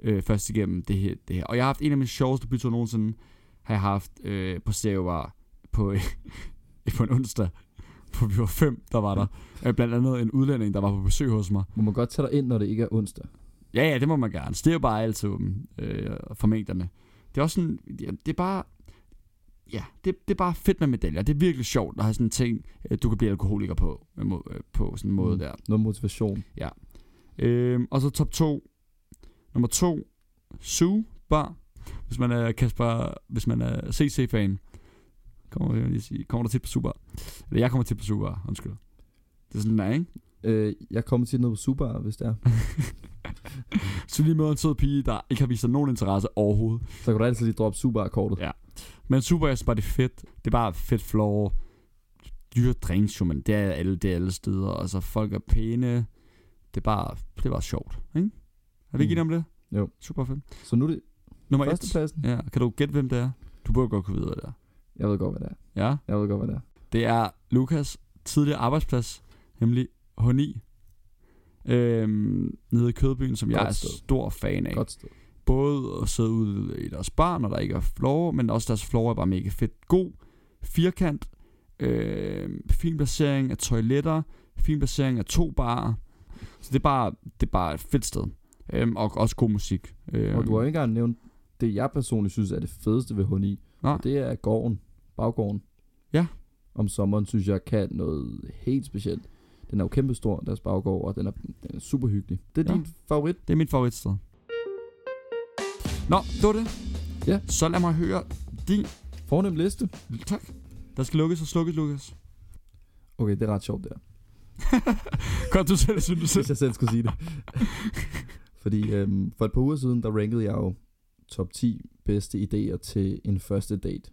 [SPEAKER 3] øh, først igennem det her, det her. Og jeg har haft en af mine sjoveste byture nogensinde, har jeg haft øh, på Stævar på, på en onsdag, hvor vi var fem, der var der. Øh, blandt andet en udlænding, der var på besøg hos mig.
[SPEAKER 2] Må man godt tage dig ind, når det ikke er onsdag?
[SPEAKER 3] Ja, ja, det må man gerne. Så Det er jo bare altid åben øh, for mængderne. Det er også sådan, ja, det er bare, ja, det, det er bare fedt med medaljer. Det er virkelig sjovt at have sådan en ting, øh, du kan blive alkoholiker på, øh, må- øh, på sådan en måde
[SPEAKER 2] Mm.
[SPEAKER 3] der.
[SPEAKER 2] Noget motivation.
[SPEAKER 3] Øh, og så top 2. Nummer 2, Zoo Bar. Hvis man er Kasper, hvis man er CC-fan, kommer, jeg lige sige, kommer der tit på Zoo Bar. Eller jeg kommer tit på Zoo Bar, undskyld. Det er sådan, nej, ikke?
[SPEAKER 2] Øh, jeg kommer tit ned på Super, hvis det er.
[SPEAKER 3] Så lige møder en sød pige, der ikke har vist sig nogen interesse overhovedet.
[SPEAKER 2] Så kan du altid lige droppe Super-kortet.
[SPEAKER 3] Ja. Men super, jeg synes bare, det er fedt. Det er bare fedt floor. Dyre drinks, jo, men det er alle, det er alle steder. Og så folk er pæne. Det er bare, det er bare sjovt, ikke? Er vi ikke
[SPEAKER 2] Mm.
[SPEAKER 3] enige om det?
[SPEAKER 2] Jo.
[SPEAKER 3] Super fedt.
[SPEAKER 2] Så nu er det
[SPEAKER 3] Nummer et.
[SPEAKER 2] førstepladsen.
[SPEAKER 3] Ja, kan du gætte, hvem det er? Du burde godt kunne vide, hvad det er.
[SPEAKER 2] Jeg ved godt, hvad det er.
[SPEAKER 3] Ja,
[SPEAKER 2] Jeg ved godt, hvad det er.
[SPEAKER 3] det er Lukas tidligere arbejdsplads, nemlig H9. Øhm, nede i Kødbyen, som jeg
[SPEAKER 2] Godt
[SPEAKER 3] er
[SPEAKER 2] sted.
[SPEAKER 3] stor fan af.
[SPEAKER 2] Godt sted.
[SPEAKER 3] både at sidde ude i deres bar, når der ikke er floor, men også deres floor er bare mega fedt. God, firkant, øh, fin placering af toiletter, fin placering af to barer. Så det er bare, det er bare et fedt sted. Øhm, og også god musik. Øhm,
[SPEAKER 2] Og du har jo ikke engang nævnt det, jeg personligt synes er det fedeste ved H9.
[SPEAKER 3] nej,
[SPEAKER 2] Og det er gården, baggården.
[SPEAKER 3] Ja.
[SPEAKER 2] Om sommeren synes jeg kan noget helt specielt. Den er jo kæmpestor, deres baggård, og den er, den er super hyggelig. Det er
[SPEAKER 3] Ja.
[SPEAKER 2] ja. din favorit.
[SPEAKER 3] det er mit favoritsted. Nå, det var det.
[SPEAKER 2] Ja.
[SPEAKER 3] Så lad mig høre din...
[SPEAKER 2] Fornem liste.
[SPEAKER 3] Tak. Der skal lukkes og slukkes, Lukas.
[SPEAKER 2] Okay, det er ret sjovt der.
[SPEAKER 3] Kom, du selv synes du selv.
[SPEAKER 2] Hvis jeg selv skulle sige det. Fordi øhm, for et par uger siden, der rankede jeg jo top 10 bedste idéer til en første date.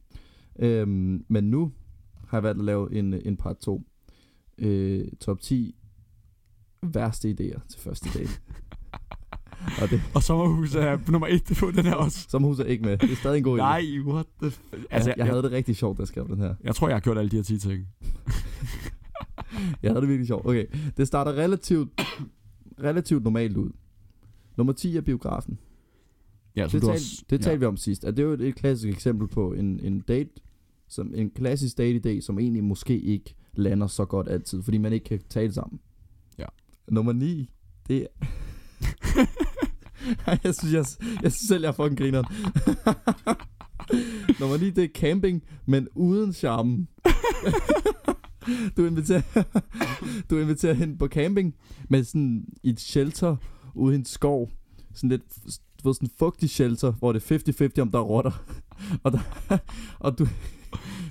[SPEAKER 2] Øhm, men nu har jeg valgt at lave en, en part 2. Øh, top 10 værste idéer til første date. og det,
[SPEAKER 3] Og sommerhuset er nummer et på den her også.
[SPEAKER 2] Sommerhus er ikke med. Det er stadig en god idé.
[SPEAKER 3] Nej, what the... F-
[SPEAKER 2] altså, jeg, jeg,
[SPEAKER 3] jeg,
[SPEAKER 2] havde det rigtig sjovt, da jeg skrev den her.
[SPEAKER 3] Jeg tror, jeg har gjort alle de her 10 ting.
[SPEAKER 2] Jeg havde det virkelig sjovt. Okay, det starter relativt, relativt normalt ud. Nummer 10 er biografen.
[SPEAKER 3] Ja, som altså, du
[SPEAKER 2] Det talte,
[SPEAKER 3] også...
[SPEAKER 2] det talte
[SPEAKER 3] ja.
[SPEAKER 2] vi om sidst. At det er jo et, et klassisk eksempel på en, en date, som en klassisk date-idé, som egentlig måske ikke lander så godt altid, fordi man ikke kan tale sammen.
[SPEAKER 3] Ja.
[SPEAKER 2] Nummer 9, det er... Ej, jeg, synes, jeg, jeg synes selv, jeg er fucking grineren. Nummer 9, det er camping, men uden charmen. du inviterer, du inviterer hende på camping med sådan i et shelter ude i en skov. Sådan lidt du ved, sådan en fugtig shelter, hvor det er 50-50, om der er rotter. og, der, og du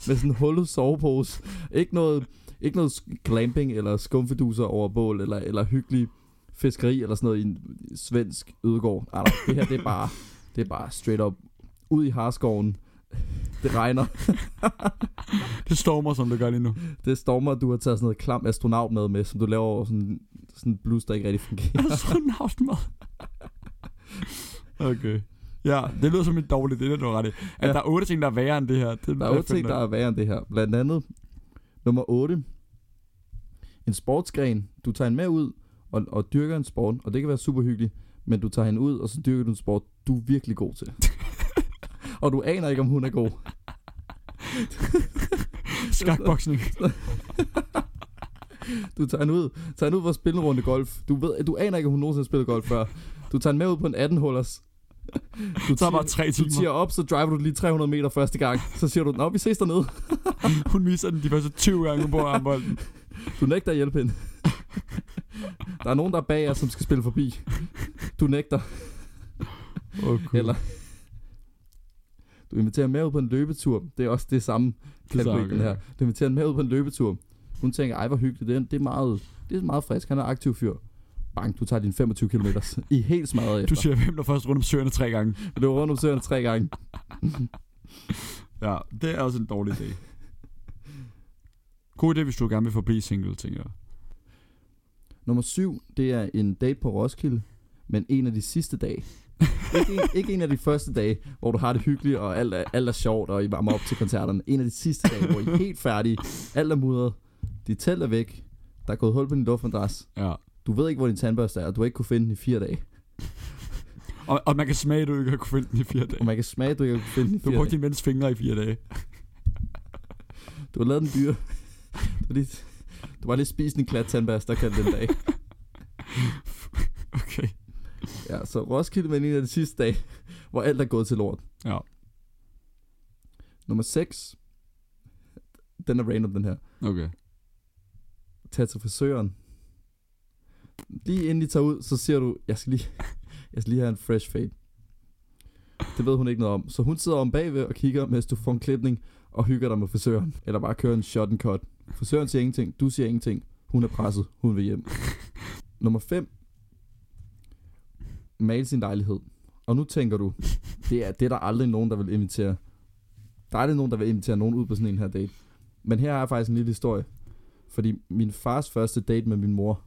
[SPEAKER 2] med sådan en hullet sovepose. Ikke noget, ikke noget sk- glamping eller skumfiduser over bål, eller, eller hyggelig fiskeri eller sådan noget i en svensk ødegård. Ej, nej, det her det er bare, det er bare straight up ud i harskoven. Det regner.
[SPEAKER 3] Det stormer, som det gør lige nu.
[SPEAKER 2] Det stormer, du har taget sådan noget klam astronaut med, med som du laver over sådan, sådan en blus, der ikke rigtig fungerer.
[SPEAKER 3] Astronautmad. okay. Ja, det lyder som en dårlig idé, det er du har ret i. At
[SPEAKER 2] Ja.
[SPEAKER 3] der er otte ting, der er værre end det her. Det,
[SPEAKER 2] Der er jo ting, der er værre end det her. Blandt andet, nummer 8. En sportsgren. Du tager hende med ud og, og dyrker en sport, og det kan være super hyggeligt, men du tager hende ud, og så dyrker du en sport, du er virkelig god til. og du aner ikke, om hun er god.
[SPEAKER 3] Skakboksning.
[SPEAKER 2] Du tager hende ud, tager hende ud for at spille en runde golf. Du, ved, du aner ikke, om hun nogensinde har spillet golf før. Du tager hende med ud på en 18-hullers. Du
[SPEAKER 3] Du tager bare tre
[SPEAKER 2] du
[SPEAKER 3] timer.
[SPEAKER 2] tiger op, så driver du lige 300 meter første gang. Så siger du, nå, vi ses dernede.
[SPEAKER 3] Hun viser den de første 20 gange, hun bor armbolden.
[SPEAKER 2] Du nægter at hjælpe hende. Der er nogen, der er bag jer, som skal spille forbi. Du nægter.
[SPEAKER 3] Okay.
[SPEAKER 2] Eller... Du inviterer med ud på en løbetur. Det er også det samme kategori, den her. Du inviterer med ud på en løbetur. Hun tænker, ej hvor hyggeligt, det er, det er, meget, det er meget frisk, han er aktiv fyr. Bang, du tager din 25 km i er helt smadret
[SPEAKER 3] Du
[SPEAKER 2] efter.
[SPEAKER 3] siger, hvem der først rundt om søerne tre gange.
[SPEAKER 2] Du løber rundt om søerne tre gange.
[SPEAKER 3] Ja, det er også en dårlig idé. God idé, hvis du gerne vil forblive single, tænker jeg.
[SPEAKER 2] Nummer 7, det er en date på Roskilde, men en af de sidste dage. ikke, en, ikke en af de første dage, hvor du har det hyggeligt, og alt er, alt er sjovt, og I varmer op til koncerterne. En af de sidste dage, hvor I er helt færdige, alt er mudret, dit telt er væk, der er gået hul på din luftmadras,
[SPEAKER 3] Ja.
[SPEAKER 2] du ved ikke, hvor din tandbørste er, og du har ikke kunne finde den i fire dage.
[SPEAKER 3] Og, og man kan smage, at du ikke har kunne finde den i fire dage.
[SPEAKER 2] Og man kan smage, at du ikke har kunne finde den i
[SPEAKER 3] Du
[SPEAKER 2] fire
[SPEAKER 3] brugte
[SPEAKER 2] dage.
[SPEAKER 3] din mænds fingre i fire dage.
[SPEAKER 2] Du har lavet den dyre. Du har lige, du har lige spist en klat tandbørste, der kan den dag.
[SPEAKER 3] Okay.
[SPEAKER 2] Ja, så Roskilde med en af de sidste dage, hvor alt er gået til lort.
[SPEAKER 3] Ja.
[SPEAKER 2] Nummer 6. Den er random, den her.
[SPEAKER 3] Okay.
[SPEAKER 2] Tag til frisøren. Lige inden de tager ud, så siger du, jeg skal lige, jeg skal lige have en fresh fade. Det ved hun ikke noget om. Så hun sidder om bagved og kigger, mens du får en klipning og hygger dig med frisøren. Eller bare kører en shot and cut. Frisøren siger ingenting, du siger ingenting. Hun er presset, hun vil hjem. Nummer 5. Mal sin lejlighed. Og nu tænker du, det er, det er der aldrig nogen, der vil invitere. Der er aldrig nogen, der vil invitere nogen ud på sådan en her date. Men her har jeg faktisk en lille historie. Fordi min fars første date med min mor,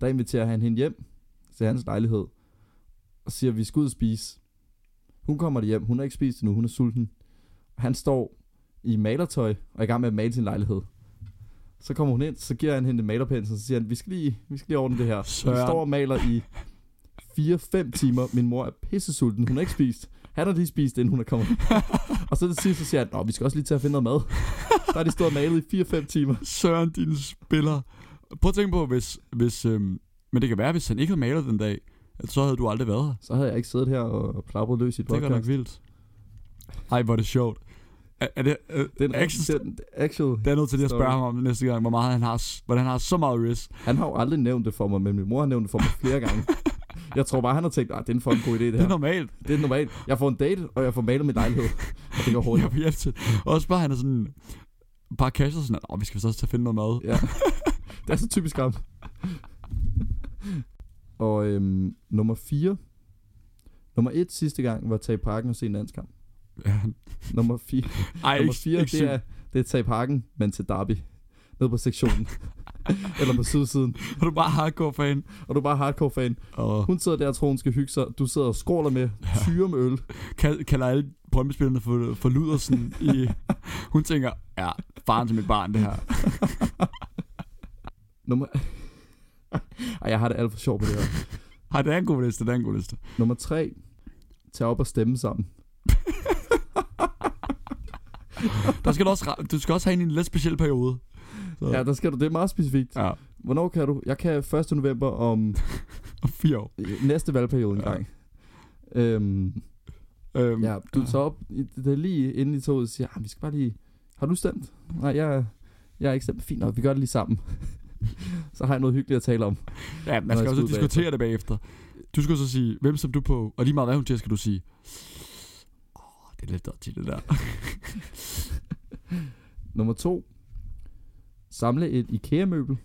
[SPEAKER 2] der inviterer han hende hjem til hans lejlighed. Og siger, vi skal ud og spise. Hun kommer hjem, hun har ikke spist endnu, hun er sulten. Han står i malertøj og er i gang med at male sin lejlighed. Så kommer hun ind, så giver han hende malerpensel, og så siger han, vi skal lige, vi skal lige ordne det her. Så han
[SPEAKER 3] Søren.
[SPEAKER 2] står og maler i 4-5 timer. Min mor er pissesulten, hun har ikke spist. Han har lige spist, inden hun er kommet. og så til sidst, så siger han, Nå, vi skal også lige til at finde noget mad. Der har de stået og malet i 4-5 timer.
[SPEAKER 3] Søren, din spiller. Prøv at tænke på, hvis... hvis øhm, men det kan være, hvis han ikke havde malet den dag, at så havde du aldrig været her.
[SPEAKER 2] Så havde jeg ikke siddet her og plapret løs i et
[SPEAKER 3] Det er godt nok
[SPEAKER 2] podcast.
[SPEAKER 3] vildt. Ej, hvor er det sjovt. Er, er det, øh,
[SPEAKER 2] Det er en
[SPEAKER 3] action,
[SPEAKER 2] rigtig- det er en actual.
[SPEAKER 3] det er jeg nødt til lige at spørge
[SPEAKER 2] story.
[SPEAKER 3] ham om næste gang, hvor meget han har, s- hvordan han har så meget risk.
[SPEAKER 2] Han har jo aldrig nævnt det for mig, men min mor har nævnt det for mig flere gange. Jeg tror bare, han har tænkt, at det er en fucking god idé, det
[SPEAKER 3] Det er
[SPEAKER 2] her.
[SPEAKER 3] normalt.
[SPEAKER 2] Det er normalt. Jeg får en date, og jeg får malet min lejlighed. Og det går hurtigt.
[SPEAKER 3] Jeg får hjælp til. Også bare, han er sådan... Bare casher sådan, at "Åh, vi skal så også til at finde noget mad.
[SPEAKER 2] Ja. Det er så typisk ham. Og øhm, nummer 4. Nummer 1 sidste gang var at tage i parken og se en landskamp.
[SPEAKER 3] Ja.
[SPEAKER 2] Nummer 4,
[SPEAKER 3] Ej,
[SPEAKER 2] nummer 4
[SPEAKER 3] ikke
[SPEAKER 2] det, er, det er at tage i parken, men til derby. Nede på sektionen. Eller på sydsiden.
[SPEAKER 3] Er du bare hardcore-fan?
[SPEAKER 2] Og du er bare hardcore fan.
[SPEAKER 3] Og
[SPEAKER 2] Hun sidder der og tror, hun skal hygge sig. Du sidder og skråler med, tyre med øl.
[SPEAKER 3] kal- kalder alle brøndbespillerne for, for ludersen i... Hun tænker, ja, faren til mit barn, det her.
[SPEAKER 2] Nummer... Ej, jeg har det alt for sjovt på det her.
[SPEAKER 3] Har det er en god liste, det er en god liste.
[SPEAKER 2] Nummer tre. Tag op og stemme sammen.
[SPEAKER 3] Der skal du, også, ra- du skal også have en i en lidt speciel periode. Så,
[SPEAKER 2] Ja, der skal du. Det er meget specifikt.
[SPEAKER 3] ja.
[SPEAKER 2] Hvornår kan du? Jeg kan 1. november om øh,
[SPEAKER 3] Og fire år.
[SPEAKER 2] næste valgperiode
[SPEAKER 3] Ja.
[SPEAKER 2] engang. Ja. Øhm,
[SPEAKER 3] Øhm,
[SPEAKER 2] ja, du tager op. i- Det er lige inden i toget og siger, "Ah, vi skal bare lige... Har du stemt? Nej, jeg, jeg er ikke stemt. Fint nok, vi gør det lige sammen. Så har jeg noget hyggeligt at tale om.
[SPEAKER 3] ja
[SPEAKER 2] Når
[SPEAKER 3] man
[SPEAKER 2] jeg
[SPEAKER 3] skal også
[SPEAKER 2] skal ud
[SPEAKER 3] diskutere det bagefter. Du skal så sige, hvem som du på, og lige meget hvad hun siger, skal du sige. Åh, det er lidt dirty, det der.
[SPEAKER 2] Nummer to. Samle et IKEA-møbel.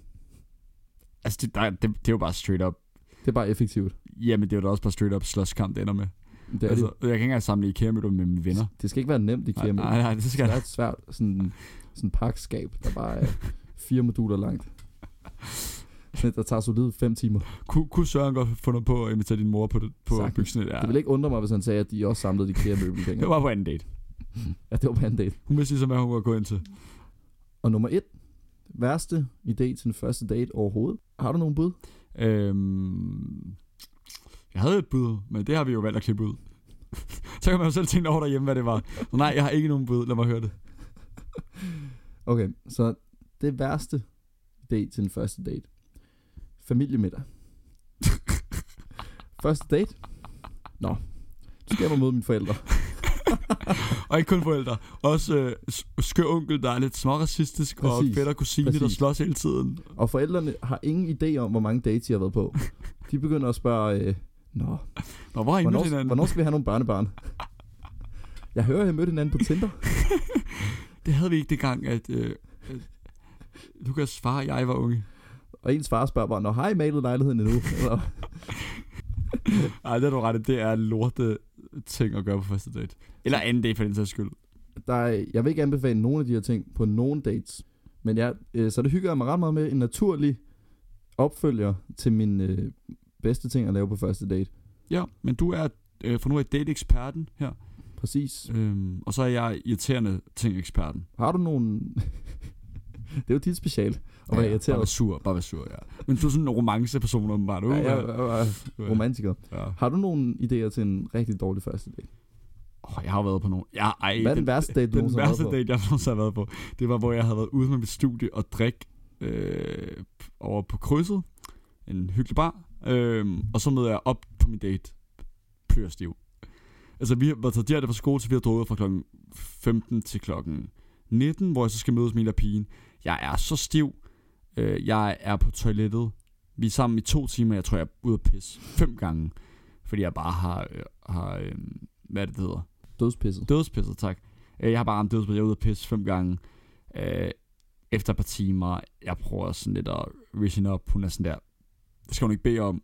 [SPEAKER 3] Altså, det, der, det, det er jo bare straight up.
[SPEAKER 2] Det er bare effektivt.
[SPEAKER 3] Jamen, det er jo da også bare straight up slåskamp, det ender med.
[SPEAKER 2] Det
[SPEAKER 3] Det
[SPEAKER 2] er
[SPEAKER 3] altså,
[SPEAKER 2] det.
[SPEAKER 3] Jeg kan ikke engang samle ikea møbler med mine venner.
[SPEAKER 2] Det skal ikke være nemt i
[SPEAKER 3] Nej,
[SPEAKER 2] Kirma.
[SPEAKER 3] nej, nej, det skal
[SPEAKER 2] Det
[SPEAKER 3] jeg
[SPEAKER 2] er et svært sådan, sådan pakkeskab, der bare er fire moduler langt. Sådan et, der tager solid fem timer.
[SPEAKER 3] Kun, kunne Søren godt få noget på at invitere din mor på, det, på
[SPEAKER 2] Sagtens.
[SPEAKER 3] bygsen? Ja.
[SPEAKER 2] Det ville ikke undre mig, hvis han sagde, at de også samlede de kære møbel
[SPEAKER 3] det
[SPEAKER 2] dengang.
[SPEAKER 3] var på anden date.
[SPEAKER 2] Ja, det var på anden date.
[SPEAKER 3] Hun vidste ligesom, hvad hun var gået ind til.
[SPEAKER 2] Og nummer et. Værste idé til den første date overhovedet. Har du nogen bud?
[SPEAKER 3] Øhm, jeg havde et bud, men det har vi jo valgt at klippe ud. Så kan man jo selv tænke over derhjemme, hvad det var. Så nej, jeg har ikke nogen bud. Lad mig høre det.
[SPEAKER 2] Okay, så det værste idé til den første date. Familiemiddag. første date? Nå, du skal hjem og møde mine forældre.
[SPEAKER 3] Og ikke kun forældre. Også øh, s- skør onkel, der er lidt småracistisk, og
[SPEAKER 2] Præcis.
[SPEAKER 3] fætter kusine, der
[SPEAKER 2] Præcis.
[SPEAKER 3] slås hele tiden.
[SPEAKER 2] Og forældrene har ingen idé om, hvor mange dates de har været på. De begynder at spørge, øh, Nå,
[SPEAKER 3] Nå, hvor har I mødt
[SPEAKER 2] hvornår,
[SPEAKER 3] hinanden?
[SPEAKER 2] hvornår skal vi have nogle børnebørn? Jeg hører, at jeg mødte hinanden på Tinder.
[SPEAKER 3] Det havde vi ikke dengang, at øh, at Lukas far og jeg var unge.
[SPEAKER 2] Og ens far spørger bare, Nå, har I malet lejligheden endnu? Eller,
[SPEAKER 3] Ej, det er du ret i. Det er lorte ting at gøre på første date. Eller anden date, for den sags skyld.
[SPEAKER 2] der er, jeg vil ikke anbefale nogen af de her ting på nogen dates. Men ja, øh, så det hygger jeg mig ret meget med en naturlig opfølger til min øh, bedste ting at lave på første date.
[SPEAKER 3] Ja, men du er øh, for nu er date-eksperten her.
[SPEAKER 2] Præcis.
[SPEAKER 3] Øhm, og så er jeg irriterende ting-eksperten.
[SPEAKER 2] Har du nogen... det er jo dit special at være
[SPEAKER 3] ja, Bare
[SPEAKER 2] irriteret.
[SPEAKER 3] være sur, bare være sur, ja. Men du er sådan en romanceperson, åbenbart.
[SPEAKER 2] Ja,
[SPEAKER 3] Uh,
[SPEAKER 2] jeg er romantiker.
[SPEAKER 3] ja.
[SPEAKER 2] Har du nogen idéer til en rigtig dårlig første date?
[SPEAKER 3] Oh, jeg har været på nogle... Ja, ej,
[SPEAKER 2] Hvad er den værste date, du
[SPEAKER 3] den
[SPEAKER 2] nogensinde har
[SPEAKER 3] værste
[SPEAKER 2] været på?
[SPEAKER 3] date, jeg nogensinde har været på, det var, hvor jeg havde været ude med mit studie og drik øh, over på krydset. En hyggelig bar. Øh, og så mødte jeg op på min date. Pyrstiv. Altså, vi var taget direkte fra skole, så vi har drukket fra klokken 15 til klokken 19, hvor jeg så skal mødes med hende og pigen. Jeg er så stiv. Øh, jeg er på toilettet. Vi er sammen i to timer, jeg tror, jeg er ude at pisse fem gange. Fordi jeg bare har, øh, har øh, hvad er det, det hedder?
[SPEAKER 2] Dødspisset.
[SPEAKER 3] Dødspisset, tak. Øh, Jeg har bare ramt dødspisset. Jeg er ude at pisse fem gange. Øh, Efter et par timer, jeg prøver sådan lidt at raise hende op. Hun er sådan der, det skal hun ikke bede om.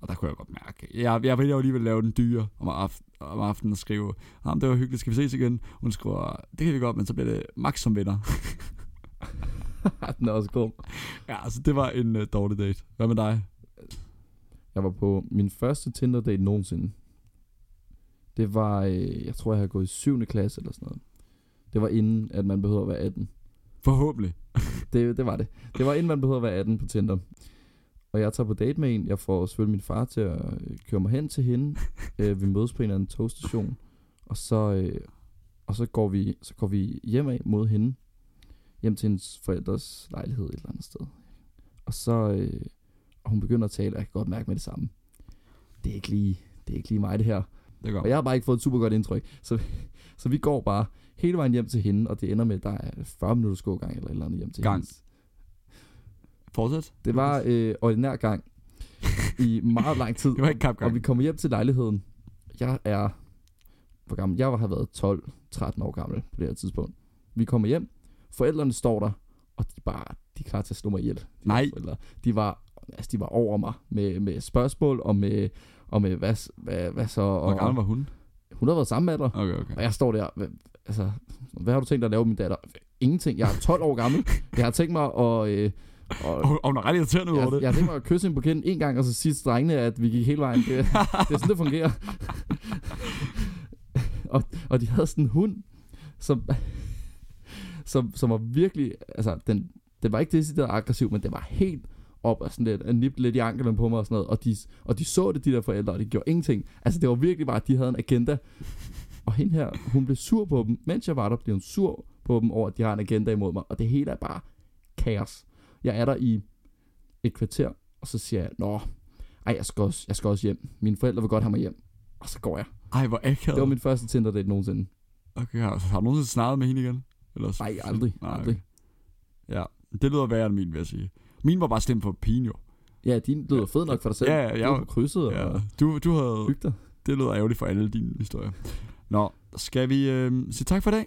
[SPEAKER 3] Og der kunne jeg godt mærke. Jeg, jeg vil jo alligevel lave den dyre om, aften, om aftenen og skrive, ham det var hyggeligt, skal vi ses igen? Hun skriver, det kan vi godt, men så bliver det max som venner.
[SPEAKER 2] Den er også god.
[SPEAKER 3] ja, altså det var en uh, dårlig date. Hvad med dig?
[SPEAKER 2] Jeg var på min første Tinder-date nogensinde. Det var, øh, jeg tror, jeg havde gået i 7. klasse eller sådan noget. Det var inden, at man behøver at være 18.
[SPEAKER 3] Forhåbentlig.
[SPEAKER 2] Det, det var det. Det var inden, man behøver at være 18 på Tinder. Og jeg tager på date med en. Jeg får selvfølgelig min far til at øh, køre mig hen til hende. Øh, vi mødes på en eller anden togstation. Og så, øh, og så, går vi, så går vi hjem af mod hende. Hjem til hendes forældres lejlighed et eller andet sted. Og så... Øh, og hun begynder at tale, og jeg kan godt mærke med det samme. Det er ikke lige, det er ikke lige mig, det her.
[SPEAKER 3] Det går.
[SPEAKER 2] Og jeg har bare ikke fået et super godt indtryk. Så, så vi går bare hele vejen hjem til hende, og det ender med, at der er 40 minutters gågang eller et eller andet hjem til
[SPEAKER 3] Gang.
[SPEAKER 2] hendes.
[SPEAKER 3] Fortsæt.
[SPEAKER 2] Det var øh, ordinær gang i meget lang tid.
[SPEAKER 3] Det var ikke
[SPEAKER 2] Og
[SPEAKER 3] kapgang.
[SPEAKER 2] vi kommer hjem til lejligheden. Jeg er... Hvor gammel? Jeg har været 12-13 år gammel på det her tidspunkt. Vi kommer hjem. Forældrene står der, og de er bare... De er klar til at slå mig ihjel. De der
[SPEAKER 3] Nej.
[SPEAKER 2] Forældre. De var, altså, de var over mig med, med spørgsmål og med, og med hvad, s- hvad, hvad så... Og,
[SPEAKER 3] Hvor gammel var hun?
[SPEAKER 2] Hun har været samme alder.
[SPEAKER 3] Okay, okay.
[SPEAKER 2] Og jeg står der, hva- altså, hvad har du tænkt dig at lave med min datter? Ingenting. Jeg er 12 år gammel. Jeg har tænkt mig at... Øh, at
[SPEAKER 3] Og, og hun er ret irriterende ud over
[SPEAKER 2] jeg,
[SPEAKER 3] det.
[SPEAKER 2] jeg tænkte mig at kysse hende på kinden en gang, og så sige til drengene, at vi gik hele vejen. Det, det er sådan, det fungerer. og, og de havde sådan en hund, som, som, som var virkelig, altså den, den var ikke decideret aggressiv, men den var helt op og sådan lidt, og nippede lidt i anklen på mig og sådan noget. Og de, og de så det, de der forældre, og de gjorde ingenting. Altså det var virkelig bare, at de havde en agenda. Og hende her, hun blev sur på dem. Mens jeg var der, blev hun sur på dem over, at de har en agenda imod mig. Og det hele er bare kaos. Jeg er der i et kvarter, og så siger jeg, nå, ej, jeg skal også, jeg skal også hjem. Mine forældre vil godt have mig hjem. Og så går jeg.
[SPEAKER 3] Ej, hvor akavet.
[SPEAKER 2] Det var min første Tinder date nogensinde.
[SPEAKER 3] Okay, har, altså, har du nogensinde snakket med hende igen? Ellers...
[SPEAKER 2] Nej, aldrig.
[SPEAKER 3] Nej,
[SPEAKER 2] aldrig.
[SPEAKER 3] Ja, det lyder værre end min, vil jeg sige. Min var bare stemt for pigen, jo.
[SPEAKER 2] Ja, din lyder fed nok for dig selv.
[SPEAKER 3] Ja, ja, jeg
[SPEAKER 2] du var
[SPEAKER 3] var-
[SPEAKER 2] på krydset ja.
[SPEAKER 3] Ja,
[SPEAKER 2] og
[SPEAKER 3] du, du havde...
[SPEAKER 2] hygge dig.
[SPEAKER 3] Det lyder ærgerligt for alle dine historier. Nå, skal vi øh, sige tak for i dag?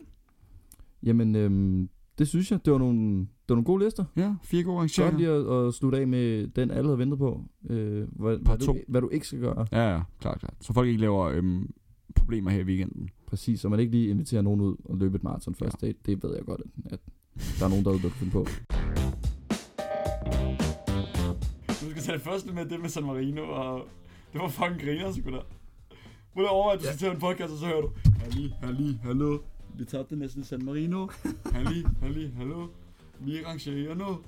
[SPEAKER 2] Jamen, øhm, det synes jeg, det var nogle, det var nogle gode lister.
[SPEAKER 3] Ja, fire gode
[SPEAKER 2] Godt
[SPEAKER 3] arrangeringer.
[SPEAKER 2] lige at, at slutte af med den, alle havde ventet på. Øh, hvad,
[SPEAKER 3] Par
[SPEAKER 2] hvad, du,
[SPEAKER 3] to.
[SPEAKER 2] hvad du ikke skal gøre.
[SPEAKER 3] Ja, ja, klart, klart. Så folk ikke laver øh, problemer her i weekenden.
[SPEAKER 2] Præcis, så man ikke lige inviterer nogen ud og løbe et maraton første date. Det ved jeg godt, at der er nogen derude, der kan finde på.
[SPEAKER 3] Du skal tage det første med det med San Marino, og det var fucking griner, sgu da. Prøv lige over, at du skal tage en podcast, og så hører du. Halli, halli, hallo. Vi tabte næsten San Marino. Halli, halli, hallo. Vi arrangerer nu.